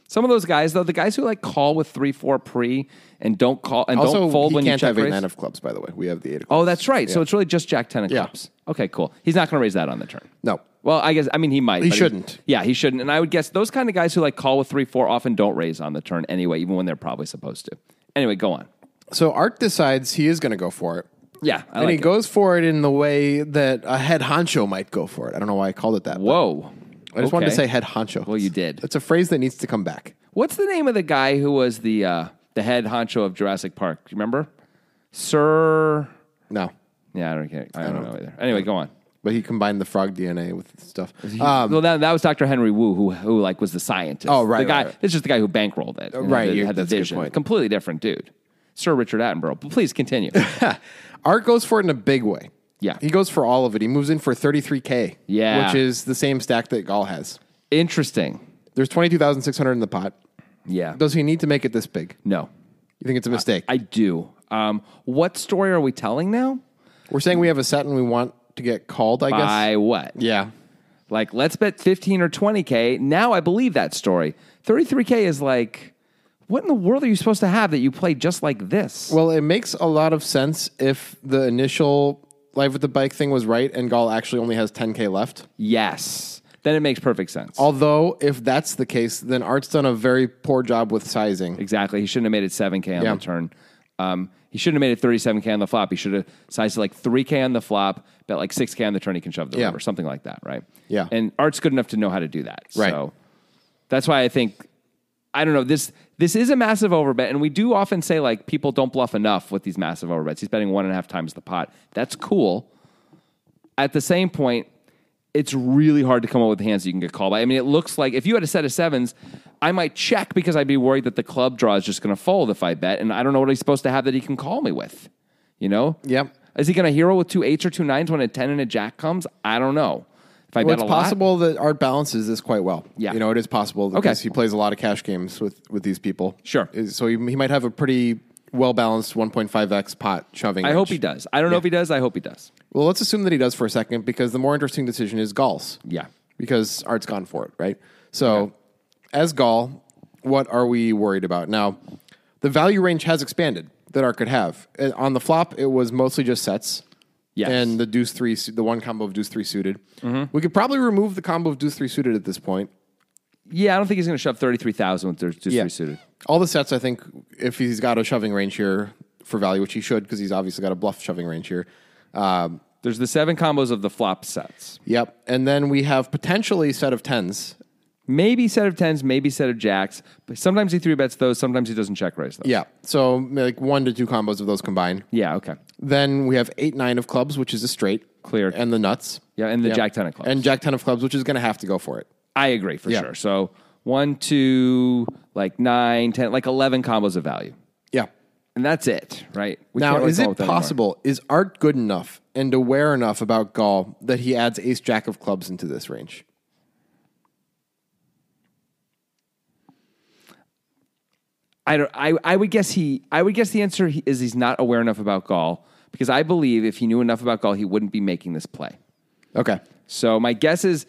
Speaker 1: Some of those guys though, the guys who like call with three, four pre and don't call and
Speaker 2: Also,
Speaker 1: don't fold
Speaker 2: he
Speaker 1: when
Speaker 2: can't
Speaker 1: you check
Speaker 2: have 8
Speaker 1: raise.
Speaker 2: 9 of clubs, by the way. We have the 8 of clubs.
Speaker 1: oh, that's right. So it's really just jack ten of
Speaker 2: Yeah.
Speaker 1: clubs. Okay, cool. He's not going to raise that on the turn.
Speaker 2: No.
Speaker 1: Well, I guess I mean he might.
Speaker 2: He
Speaker 1: but
Speaker 2: shouldn't.
Speaker 1: yeah, he shouldn't. And I would guess those kind of guys who like call with three, four often don't raise on the turn anyway, even when they're probably supposed to. Anyway, go on.
Speaker 2: So Art decides he is going to go for it.
Speaker 1: Yeah, I
Speaker 2: and
Speaker 1: like
Speaker 2: he
Speaker 1: it.
Speaker 2: goes for it in the way that a head honcho might go for it. I don't know why I called it that. but
Speaker 1: Whoa.
Speaker 2: I just wanted to
Speaker 1: Okay.
Speaker 2: say head honcho. Well,
Speaker 1: you did.
Speaker 2: It's a phrase that needs to come back.
Speaker 1: What's the name of the guy who was the uh, the head honcho of Jurassic Park? Do you remember? Sir.
Speaker 2: No,
Speaker 1: Yeah, I don't care. I don't, know either. Anyway, go on.
Speaker 2: but he combined the frog DNA with stuff. Um,
Speaker 1: well, that, that was Dr. Henry Wu, who who like was the scientist.
Speaker 2: Oh, right,
Speaker 1: The guy.
Speaker 2: right, right.
Speaker 1: This is the guy who bankrolled it. and
Speaker 2: right,
Speaker 1: Had the,
Speaker 2: you-
Speaker 1: had the
Speaker 2: that's a good
Speaker 1: vision.
Speaker 2: point.
Speaker 1: Completely different dude. Sir Richard Attenborough. But please continue.
Speaker 2: Art goes for it in a big way.
Speaker 1: Yeah.
Speaker 2: he goes for all of it. He moves in for 33k.
Speaker 1: Yeah.
Speaker 2: which is the same stack that Gall has.
Speaker 1: Interesting.
Speaker 2: There's 22,600 in the pot.
Speaker 1: Yeah.
Speaker 2: Does he need to make it this big?
Speaker 1: no,
Speaker 2: You think it's a mistake?
Speaker 1: Uh, I do. Um, what story are we telling now?
Speaker 2: We're saying we have a set and we want to get called. I guess.
Speaker 1: By what?
Speaker 2: Yeah.
Speaker 1: Like, let's bet 15 or 20K. Now I believe that story. 33K is like, what in the world are you supposed to have that you play just like this?
Speaker 2: Well, it makes a lot of sense if the initial live with the bike thing was right and Gall actually only has 10K left.
Speaker 1: yes. Then it makes perfect sense.
Speaker 2: Although, if that's the case, then Art's done a very poor job with sizing.
Speaker 1: exactly. He shouldn't have made it 7K on
Speaker 2: Yeah.
Speaker 1: the turn. Um, he shouldn't have made it 37K on the flop. He should have sized it like 3K on the flop, bet like 6K on the turn. He can shove the
Speaker 2: Yeah.
Speaker 1: river, something like that, right?
Speaker 2: Yeah.
Speaker 1: And art's good enough to know how to do that.
Speaker 2: Right.
Speaker 1: So that's why I think I don't know. This this is a massive overbet, and we do often say like people don't bluff enough with these massive overbets. He's betting one and a half times the pot. That's cool. At the same point, it's really hard to come up with hands you can get called by. I mean, it looks like if you had a set of sevens, I might check because I'd be worried that the club draw is just going to fold if I bet, and I don't know what he's supposed to have that he can call me with. You know?
Speaker 2: Yep.
Speaker 1: Is he going to hero with two eights or two nines when a ten and a jack comes? I don't know. If I
Speaker 2: Well,
Speaker 1: bet
Speaker 2: it's
Speaker 1: a lot,
Speaker 2: possible that Art balances this quite well.
Speaker 1: Yeah.
Speaker 2: You know, it is possible because he plays a lot of cash games with, with these people.
Speaker 1: Sure.
Speaker 2: Is- So he, he might have a pretty well balanced 1.5x pot shoving.
Speaker 1: I hope he
Speaker 2: range.
Speaker 1: does. I don't know if he does. I hope he does.
Speaker 2: Well, let's assume that he does for a second because the more interesting decision is Gall's.
Speaker 1: Yeah.
Speaker 2: because art's gone for it, right? So, as Gaul, what are we worried about now? The value range has expanded. that Art could have. And on the flop, it was mostly just sets.
Speaker 1: Yes. Mm-hmm.
Speaker 2: And the deuce three, su- the one combo of deuce three suited. We could probably remove the combo of deuce three suited at this point.
Speaker 1: Yeah, I don't think he's going to shove 33,000 with their two
Speaker 2: Yeah.
Speaker 1: three suited.
Speaker 2: All the sets, I think, if he's got a shoving range here for value, which he should, because he's obviously got a bluff shoving range here. Um,
Speaker 1: There's the seven combos of the flop sets.
Speaker 2: yep. And then we have potentially set of tens.
Speaker 1: Maybe set of tens, maybe set of jacks. But sometimes he three bets those, sometimes he doesn't check raise those.
Speaker 2: Yeah. So like one to two combos of those combined.
Speaker 1: Yeah, okay.
Speaker 2: Then we have eight nine of clubs, which is a straight
Speaker 1: Clear.
Speaker 2: and the nuts.
Speaker 1: Yeah, and the jack ten of clubs.
Speaker 2: and jack ten of clubs, which is going to have to go for it.
Speaker 1: I agree for
Speaker 2: Yeah.
Speaker 1: sure. So one, two, like nine, ten, like 11 combos of value.
Speaker 2: Yeah.
Speaker 1: And that's it, right? We
Speaker 2: Now,
Speaker 1: really
Speaker 2: is
Speaker 1: call
Speaker 2: it
Speaker 1: that anymore.
Speaker 2: possible? Is Art good enough and aware enough about Gaul that he adds Ace Jack of clubs into this range?
Speaker 1: I don't. I, I would guess he. I would guess the answer he- is he's not aware enough about Gaul because I believe if he knew enough about Gaul, he wouldn't be making this play.
Speaker 2: Okay.
Speaker 1: So my guess is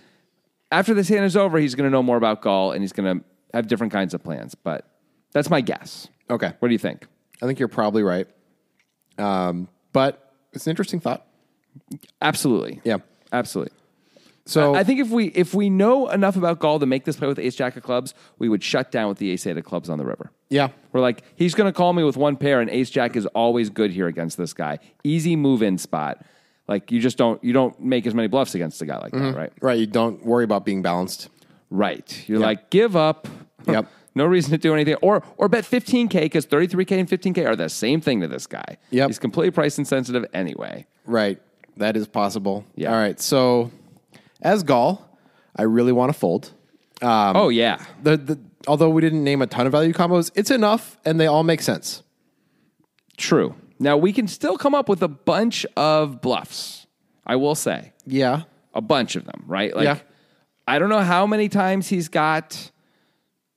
Speaker 1: after this hand is over, he's going to know more about Gaul and he's going to have different kinds of plans. But that's my guess.
Speaker 2: Okay.
Speaker 1: What do you think?
Speaker 2: I think you're probably right. Um, but it's an interesting thought.
Speaker 1: Absolutely.
Speaker 2: Yeah.
Speaker 1: Absolutely.
Speaker 2: So
Speaker 1: I think if we if we know enough about Gaul to make this play with Ace Jack of clubs, we would shut down with the Ace Eight of clubs on the river.
Speaker 2: yeah.
Speaker 1: We're like, he's going to call me with one pair, and Ace Jack is always good here against this guy. Easy move in spot. Like you just don't you don't make as many bluffs against a guy like that, right?
Speaker 2: Right. You don't worry about being balanced.
Speaker 1: Right. You're like, give up.
Speaker 2: Yep.
Speaker 1: no reason to do anything. Or or bet 15K because 33K and 15K are the same thing to this guy.
Speaker 2: Yep.
Speaker 1: He's completely price insensitive anyway.
Speaker 2: Right. That is possible.
Speaker 1: Yeah.
Speaker 2: All right. So as Gaul, I really want to fold. Um,
Speaker 1: Oh yeah.
Speaker 2: the, the although we didn't name a ton of value combos, it's enough and they all make sense.
Speaker 1: True. Now we can still come up with a bunch of bluffs. I will say.
Speaker 2: Yeah.
Speaker 1: a bunch of them, right? Like,
Speaker 2: Yeah.
Speaker 1: I don't know how many times he's got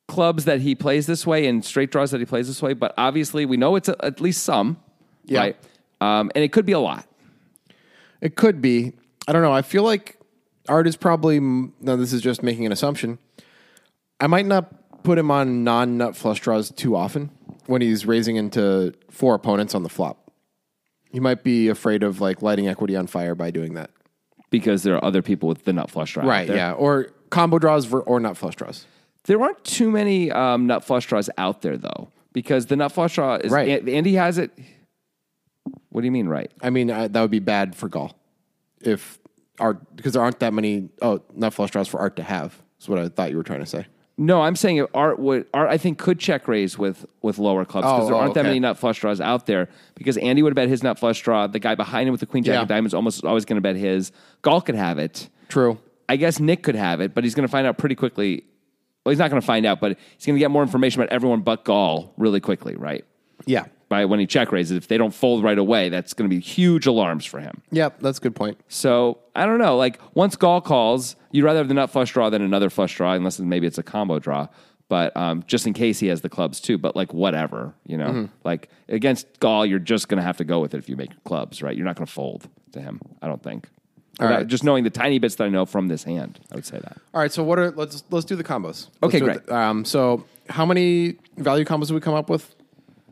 Speaker 1: clubs that he plays this way and straight draws that he plays this way, but obviously we know it's a, at least some,
Speaker 2: Yeah.
Speaker 1: right? Um, and it could be a lot.
Speaker 2: It could be. I don't know. I feel like art is probably now this is just making an assumption. I might not put him on non nut flush draws too often when he's raising into four opponents on the flop. He might be afraid of like lighting equity on fire by doing that.
Speaker 1: Because there are other people with the nut flush draw. out
Speaker 2: Right,
Speaker 1: there.
Speaker 2: yeah. Or combo draws ver- or nut flush draws.
Speaker 1: There aren't too many um, nut flush draws out there, though, because the nut flush draw is.
Speaker 2: Right.
Speaker 1: An- Andy has it. What do you mean, right?
Speaker 2: I mean, I, that would be bad for Gaul if art because there aren't that many oh nut flush draws for art to have. Is what I thought you were trying to say.
Speaker 1: No, I'm saying if Art would Art I think could check raise with with lower clubs because
Speaker 2: Oh,
Speaker 1: there
Speaker 2: oh,
Speaker 1: aren't that
Speaker 2: okay.
Speaker 1: many nut flush draws out there. Because Andy would bet his nut flush draw. The guy behind him with the queen jack
Speaker 2: Yeah.
Speaker 1: of diamonds almost always going to bet his. Gall could have it.
Speaker 2: True.
Speaker 1: I guess Nick could have it, but he's going to find out pretty quickly. Well, he's not going to find out, but he's going to get more information about everyone but Gall really quickly, right?
Speaker 2: Yeah.
Speaker 1: By when he check raises, if they don't fold right away, that's going to be huge alarms for him.
Speaker 2: Yep, that's a good point.
Speaker 1: So I don't know. Like once Gall calls, you'd rather have the nut flush draw than another flush draw, unless maybe it's a combo draw. But um, just in case he has the clubs too. But like whatever, you
Speaker 2: Mm-hmm.
Speaker 1: know. Like against Gall, you're just gonna have to go with it if you make your clubs, right? You're not gonna fold to him. I don't think.
Speaker 2: All
Speaker 1: Without-
Speaker 2: right.
Speaker 1: Just knowing the tiny bits that I know from this hand, I would say that.
Speaker 2: All right, so what are let's let's do the combos. Let's
Speaker 1: Okay,
Speaker 2: do
Speaker 1: great.
Speaker 2: it. um, so how many value combos did we come up with?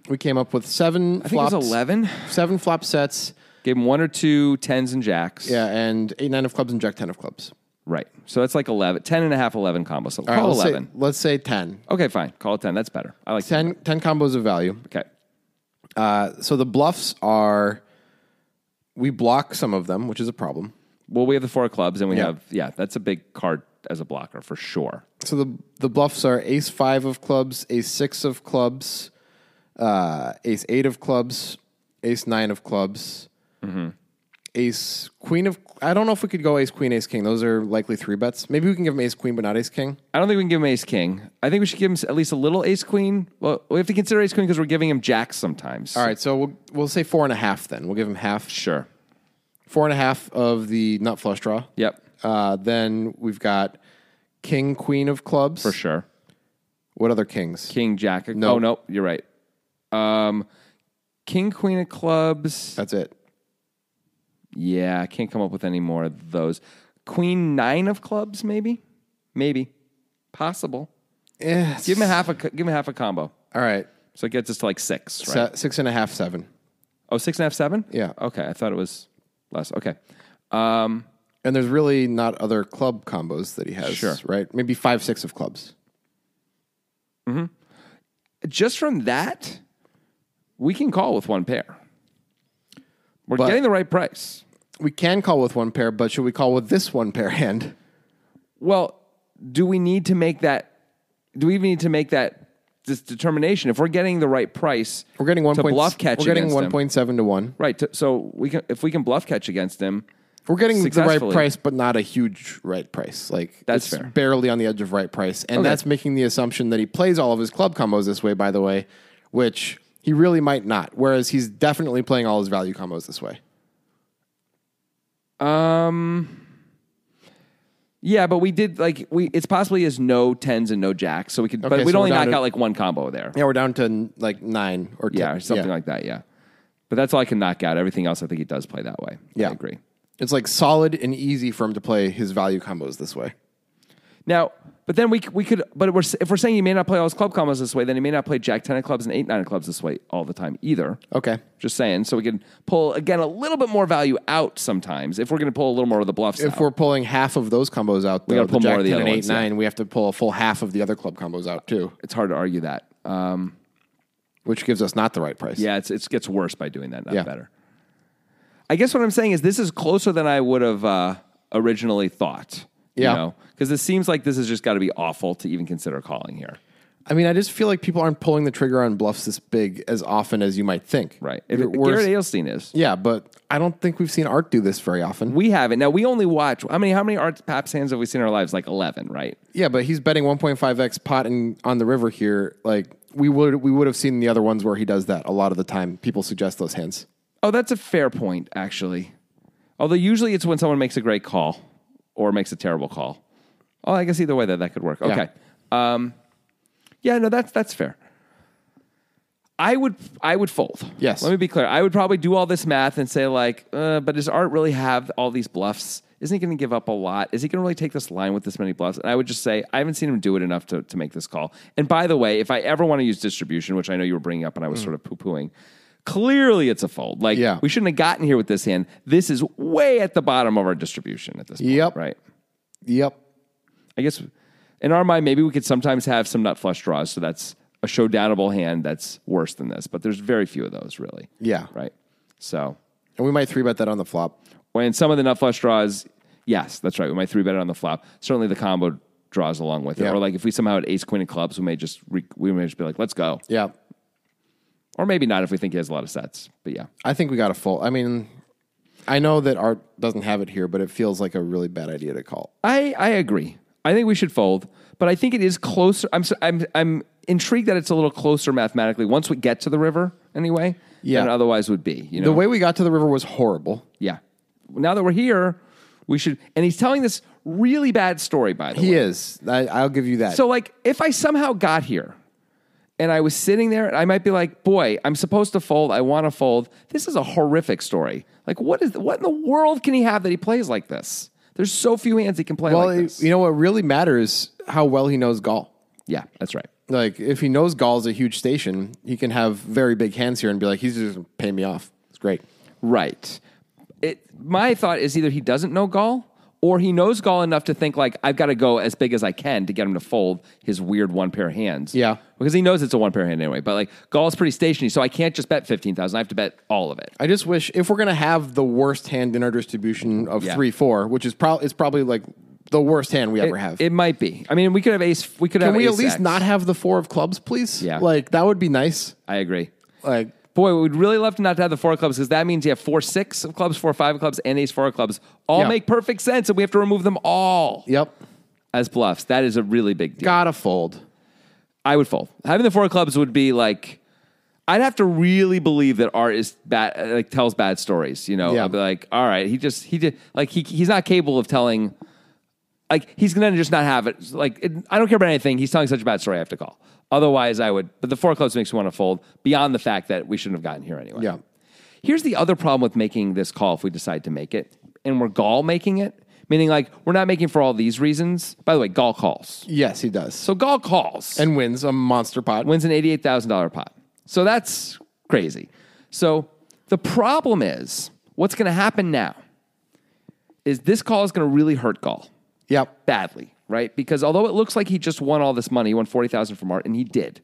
Speaker 2: We came up with seven.
Speaker 1: I think
Speaker 2: flops,
Speaker 1: it was eleven.
Speaker 2: Seven flop sets.
Speaker 1: Gave him one or two tens and jacks.
Speaker 2: Yeah, and eight nine of clubs and jack ten of clubs.
Speaker 1: Right. So that's like 11, 10 and a half, 11 combos. So
Speaker 2: All right,
Speaker 1: call
Speaker 2: let's say-
Speaker 1: 11.
Speaker 2: let's say ten.
Speaker 1: Okay, fine. Call it 10. That's better. I like 10.
Speaker 2: 10, 10 combos of value.
Speaker 1: Okay.
Speaker 2: So the bluffs are we block some of them, which is a problem.
Speaker 1: Well, we have the four clubs, and we
Speaker 2: Yeah.
Speaker 1: have yeah. That's a big card as a blocker for sure.
Speaker 2: So the the bluffs are ace five of clubs, ace six of clubs, uh, ace eight of clubs, ace nine of clubs,
Speaker 1: Mm-hmm.
Speaker 2: ace queen of. I don't know if we could go ace queen, ace king. Those are likely three bets. Maybe we can give him ace queen, but not ace king.
Speaker 1: I don't think we can give him ace king. I think we should give him at least a little ace queen. Well, we have to consider ace queen because we're giving him jacks sometimes.
Speaker 2: All right, so we'll we'll say four and a half. Then we'll give him half,
Speaker 1: sure.
Speaker 2: four and a half of the nut flush draw.
Speaker 1: Yep,
Speaker 2: Uh, then we've got king, queen of clubs.
Speaker 1: for sure.
Speaker 2: What other kings?
Speaker 1: King jack. of-
Speaker 2: No.
Speaker 1: Oh no, you're right. Um, king queen of clubs.
Speaker 2: That's it.
Speaker 1: Yeah, I can't come up with any more of those. Queen nine of clubs, maybe, maybe, possible.
Speaker 2: Yes.
Speaker 1: Give him a half a co- give him a half a combo.
Speaker 2: Eh, All right.
Speaker 1: So it gets us to like six, right?
Speaker 2: Se- six and a half, seven.
Speaker 1: Oh, six and a half, seven?
Speaker 2: Yeah.
Speaker 1: Okay. I thought it was less. Okay.
Speaker 2: And there's really not other club combos that he has,
Speaker 1: Sure.
Speaker 2: right? Maybe five, six of clubs.
Speaker 1: Just from that, we can call with one pair. We're
Speaker 2: But-
Speaker 1: getting the right price.
Speaker 2: We can call with one pair, but should we call with this one pair hand?
Speaker 1: Well, do we need to make that? Do we even need to make that this determination? If we're getting the right price,
Speaker 2: We're getting one
Speaker 1: to
Speaker 2: point.
Speaker 1: bluff catch.
Speaker 2: We're getting
Speaker 1: against
Speaker 2: one
Speaker 1: him.
Speaker 2: point seven to one.
Speaker 1: Right. To, so we can if we can bluff catch against him.
Speaker 2: We're getting the right
Speaker 1: Successfully.
Speaker 2: price, but not a huge right price. Like
Speaker 1: That's
Speaker 2: it's
Speaker 1: fair.
Speaker 2: barely on the edge of right price, and
Speaker 1: Okay.
Speaker 2: that's making the assumption that he plays all of his club combos this way. By the way, which he really might not. Whereas he's definitely playing all his value combos this way.
Speaker 1: Yeah, but we did like we. It's possibly is no tens and no jacks, so we could. but
Speaker 2: Okay,
Speaker 1: we'd
Speaker 2: so we're
Speaker 1: only
Speaker 2: down
Speaker 1: knock
Speaker 2: to-
Speaker 1: out like one combo there.
Speaker 2: Yeah, we're down to like nine or 10.
Speaker 1: Yeah, or something like that. Yeah. But that's all I can knock out. Everything else, I think he does play that way.
Speaker 2: Yeah.
Speaker 1: I agree.
Speaker 2: It's like solid and easy for him to play his value combos this way.
Speaker 1: Now, but then we c- we could, but we're, s- if we're saying he may not play all his club combos this way, then he may not play jack ten of clubs and eight nine of clubs this way all the time either.
Speaker 2: Okay.
Speaker 1: Just saying, so we can pull again a little bit more value out sometimes if we're going to pull a little more of the bluffs.
Speaker 2: If
Speaker 1: out.
Speaker 2: we're pulling half of those combos out, though,
Speaker 1: gotta pull
Speaker 2: the
Speaker 1: more
Speaker 2: jack
Speaker 1: of the
Speaker 2: 10
Speaker 1: other
Speaker 2: and eight
Speaker 1: ones, yeah.
Speaker 2: nine, we have to pull a full half of the other club combos out too,
Speaker 1: it's hard to argue that. Um,
Speaker 2: which gives us not the right price.
Speaker 1: Yeah, it's it gets worse by doing that, not
Speaker 2: Yeah.
Speaker 1: better. I guess what I'm saying is this is closer than I would have uh, originally thought.
Speaker 2: Yeah.
Speaker 1: you know, because it seems like this has just got to be awful to even consider calling here.
Speaker 2: I mean, I just feel like people aren't pulling the trigger on bluffs this big as often as you might think.
Speaker 1: Right, if,
Speaker 2: You're- we're-
Speaker 1: Garrett Ailstein is.
Speaker 2: yeah, but I don't think we've seen Art do this very often.
Speaker 1: We have it now. We only watch how many how many art paps hands have we seen in our lives? Like eleven, right?
Speaker 2: yeah, but he's betting 1.5x pot and on the river here. Like we would we would have seen the other ones where he does that a lot of the time. People suggest those hands.
Speaker 1: Oh, that's a fair point, actually. Although usually it's when someone makes a great call or makes a terrible call. Oh, I guess either way that that could work. Okay. Yeah. Um, yeah, no, that's that's fair. I would I would fold.
Speaker 2: Yes.
Speaker 1: Let me be clear. I would probably do all this math and say like, uh, but does Art really have all these bluffs? Isn't he going to give up a lot? Is he going to really take this line with this many bluffs? And I would just say I haven't seen him do it enough to, to make this call. And by the way, if I ever want to use distribution, which I know you were bringing up and I was sort of poo pooing, clearly it's a fold. Like
Speaker 2: Mm. Yeah.
Speaker 1: we shouldn't have gotten here with this hand. This is way at the bottom of our distribution at this point.
Speaker 2: Yep.
Speaker 1: Right.
Speaker 2: Yep.
Speaker 1: I guess in our mind, maybe we could sometimes have some nut flush draws. So that's a showdownable hand that's worse than this, but there's very few of those really.
Speaker 2: Yeah.
Speaker 1: Right. So,
Speaker 2: And we might three bet that on the flop.
Speaker 1: when some of the nut flush draws, yes, that's right. We might three bet it on the flop. Certainly the combo draws along with it.
Speaker 2: Yeah.
Speaker 1: Or like if we somehow had ace queen of clubs, we may just, re- we may just be like, let's go.
Speaker 2: Yeah.
Speaker 1: Or maybe not if we think he has a lot of sets, but yeah.
Speaker 2: I think we got a full. I mean, I know that Art doesn't have it here, but it feels like a really bad idea to call.
Speaker 1: I, I agree. I think we should fold, but I think it is closer. I'm so- I'm I'm intrigued that it's a little closer mathematically once we get to the river anyway.
Speaker 2: Yeah.
Speaker 1: Than otherwise would be. You know.
Speaker 2: The way we got to the river was horrible.
Speaker 1: yeah. Now that we're here, we should. And he's telling this really bad story by the way.
Speaker 2: He is. I, I'll give you that.
Speaker 1: So like, if I somehow got here. And I was sitting there, I might be like, "Boy, I'm supposed to fold. I want to fold. This is a horrific story. Like, what is what in the world can he have that he plays like this? There's so few hands he can play
Speaker 2: well,
Speaker 1: like
Speaker 2: it-
Speaker 1: this.
Speaker 2: you know what really matters how well he knows Gaul.
Speaker 1: yeah, that's right.
Speaker 2: Like if he knows Gaul's a huge station, he can have very big hands here and be like, he's just gonna pay me off. It's great.
Speaker 1: Right. It, my thought is either he doesn't know Gaul or he knows Gaul enough to think like I've got to go as big as I can to get him to fold his weird one pair hands.
Speaker 2: Yeah.
Speaker 1: because he knows it's a one pair hand anyway. But like Gaul's pretty stationary, so I can't just bet fifteen thousand. I have to bet all of it.
Speaker 2: I just wish if we're gonna have the worst hand in our distribution of
Speaker 1: Yeah.
Speaker 2: three four, which is probably it's probably like the worst hand we ever have.
Speaker 1: It might be. I mean, we could have ace. We could
Speaker 2: can
Speaker 1: have.
Speaker 2: we at
Speaker 1: ace
Speaker 2: least
Speaker 1: X.
Speaker 2: not have the four of clubs, please?
Speaker 1: Yeah.
Speaker 2: Like that would be nice.
Speaker 1: I agree.
Speaker 2: Like
Speaker 1: Boy, we'd really love to not have the four of clubs because that means you have four six of clubs, four five of clubs, and ace four of clubs. All
Speaker 2: Yeah.
Speaker 1: make perfect sense, and we have to remove them all
Speaker 2: Yep.
Speaker 1: as bluffs. That is a really big deal.
Speaker 2: Gotta fold.
Speaker 1: I would fold. Having the four of clubs would be like, I'd have to really believe that art is bad, like tells bad stories. You know,
Speaker 2: Yeah.
Speaker 1: I'd be like, all right, he just he did like he he's not capable of telling. Like he's gonna just not have it. Like it, I don't care about anything. He's telling such a bad story. I have to call. Otherwise, I would. But the four of clubs makes me want to fold. Beyond the fact that we shouldn't have gotten here anyway.
Speaker 2: Yeah.
Speaker 1: Here's the other problem with making this call if we decide to make it, and we're gall making it, meaning like we're not making for all these reasons. By the way, gall calls.
Speaker 2: Yes, he does.
Speaker 1: So gall calls
Speaker 2: and wins a monster pot.
Speaker 1: wins an eighty-eight thousand dollar pot. So that's crazy. So the problem is what's going to happen now is this call is going to really hurt Gall
Speaker 2: Yep.
Speaker 1: badly, right? Because although it looks like he just won all this money, he won 40,000 from Art and he did.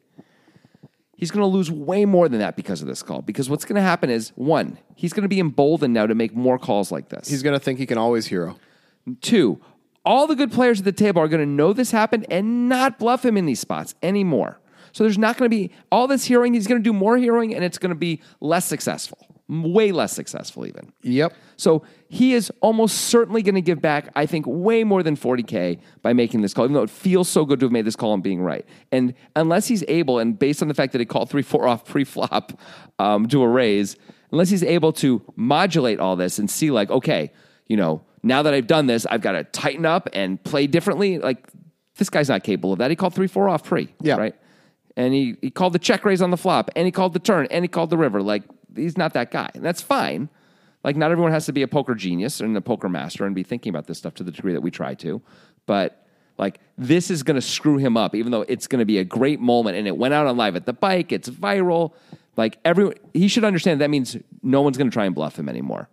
Speaker 1: He's going to lose way more than that because of this call. Because what's going to happen is one, he's going to be emboldened now to make more calls like this.
Speaker 2: He's going to think he can always hero.
Speaker 1: Two, all the good players at the table are going to know this happened and not bluff him in these spots anymore. So there's not going to be all this hearing. He's going to do more hearing and it's going to be less successful, way less successful, even.
Speaker 2: Yep.
Speaker 1: So he is almost certainly going to give back, I think, way more than 40K by making this call, even though it feels so good to have made this call and being right. And unless he's able, and based on the fact that he called 3 4 off pre flop um, to a raise, unless he's able to modulate all this and see, like, okay, you know, now that I've done this, I've got to tighten up and play differently. Like, this guy's not capable of that. He called 3 4 off pre.
Speaker 2: Yeah.
Speaker 1: Right. And he, he called the check raise on the flop, and he called the turn, and he called the river. Like, he's not that guy. And that's fine. Like, not everyone has to be a poker genius and a poker master and be thinking about this stuff to the degree that we try to. But, like, this is going to screw him up, even though it's going to be a great moment. And it went out on live at the bike, it's viral. Like, everyone, he should understand that means no one's going to try and bluff him anymore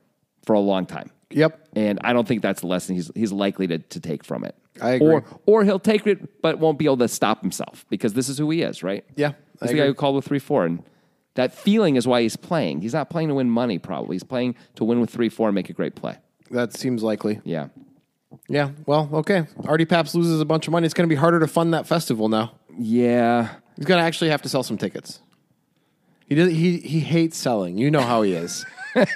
Speaker 1: for a long time.
Speaker 2: Yep.
Speaker 1: And I don't think that's the lesson he's he's likely to, to take from it.
Speaker 2: I agree.
Speaker 1: Or or he'll take it, but won't be able to stop himself because this is who he is, right?
Speaker 2: Yeah,
Speaker 1: He's
Speaker 2: I
Speaker 1: the guy
Speaker 2: agree.
Speaker 1: who called with three four, and that feeling is why he's playing. He's not playing to win money, probably. He's playing to win with three four and make a great play.
Speaker 2: That seems likely.
Speaker 1: Yeah.
Speaker 2: Yeah. Well, okay. Artie Paps loses a bunch of money. It's going to be harder to fund that festival now.
Speaker 1: Yeah.
Speaker 2: He's going to actually have to sell some tickets. He does, he he hates selling. You know how he is.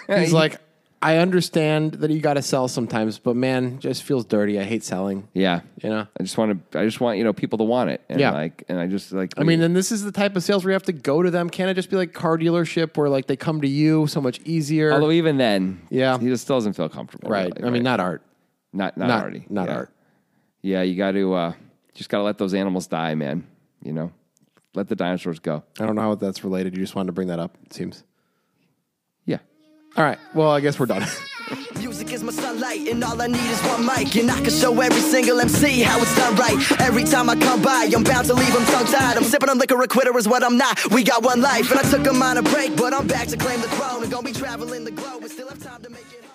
Speaker 2: He's like, I understand that you got to sell sometimes, but man, just feels dirty. I hate selling.
Speaker 1: Yeah.
Speaker 2: You know.
Speaker 1: I just want to I just want, you know, people to want it. And
Speaker 2: Yeah.
Speaker 1: like and I just like
Speaker 2: I mean, and this is the type of sales where you have to go to them. Can't it just be like car dealership where like they come to you so much easier?
Speaker 1: although even then,
Speaker 2: Yeah.
Speaker 1: he just still doesn't feel comfortable.
Speaker 2: right.
Speaker 1: really,
Speaker 2: I mean,
Speaker 1: right?
Speaker 2: not art.
Speaker 1: not not,
Speaker 2: Not,
Speaker 1: Artie.
Speaker 2: not
Speaker 1: Yeah.
Speaker 2: art.
Speaker 1: Yeah, you got to uh, just got to let those animals die, man. You know, let the dinosaurs go.
Speaker 2: I don't know how that's related. You just wanted to bring that up, it seems.
Speaker 1: Yeah.
Speaker 2: All right. Well, I guess we're done.
Speaker 3: Music is my sunlight, and all I need is one mic. And I can show every single MC how it's done right. Every time I come by, I'm bound to leave them tongue tied. I'm sipping on liquor, a quitter is what I'm not. We got one life, and I took 'em on a break, but I'm back to claim the throne. And gonna be traveling the globe, and still have time to make it home.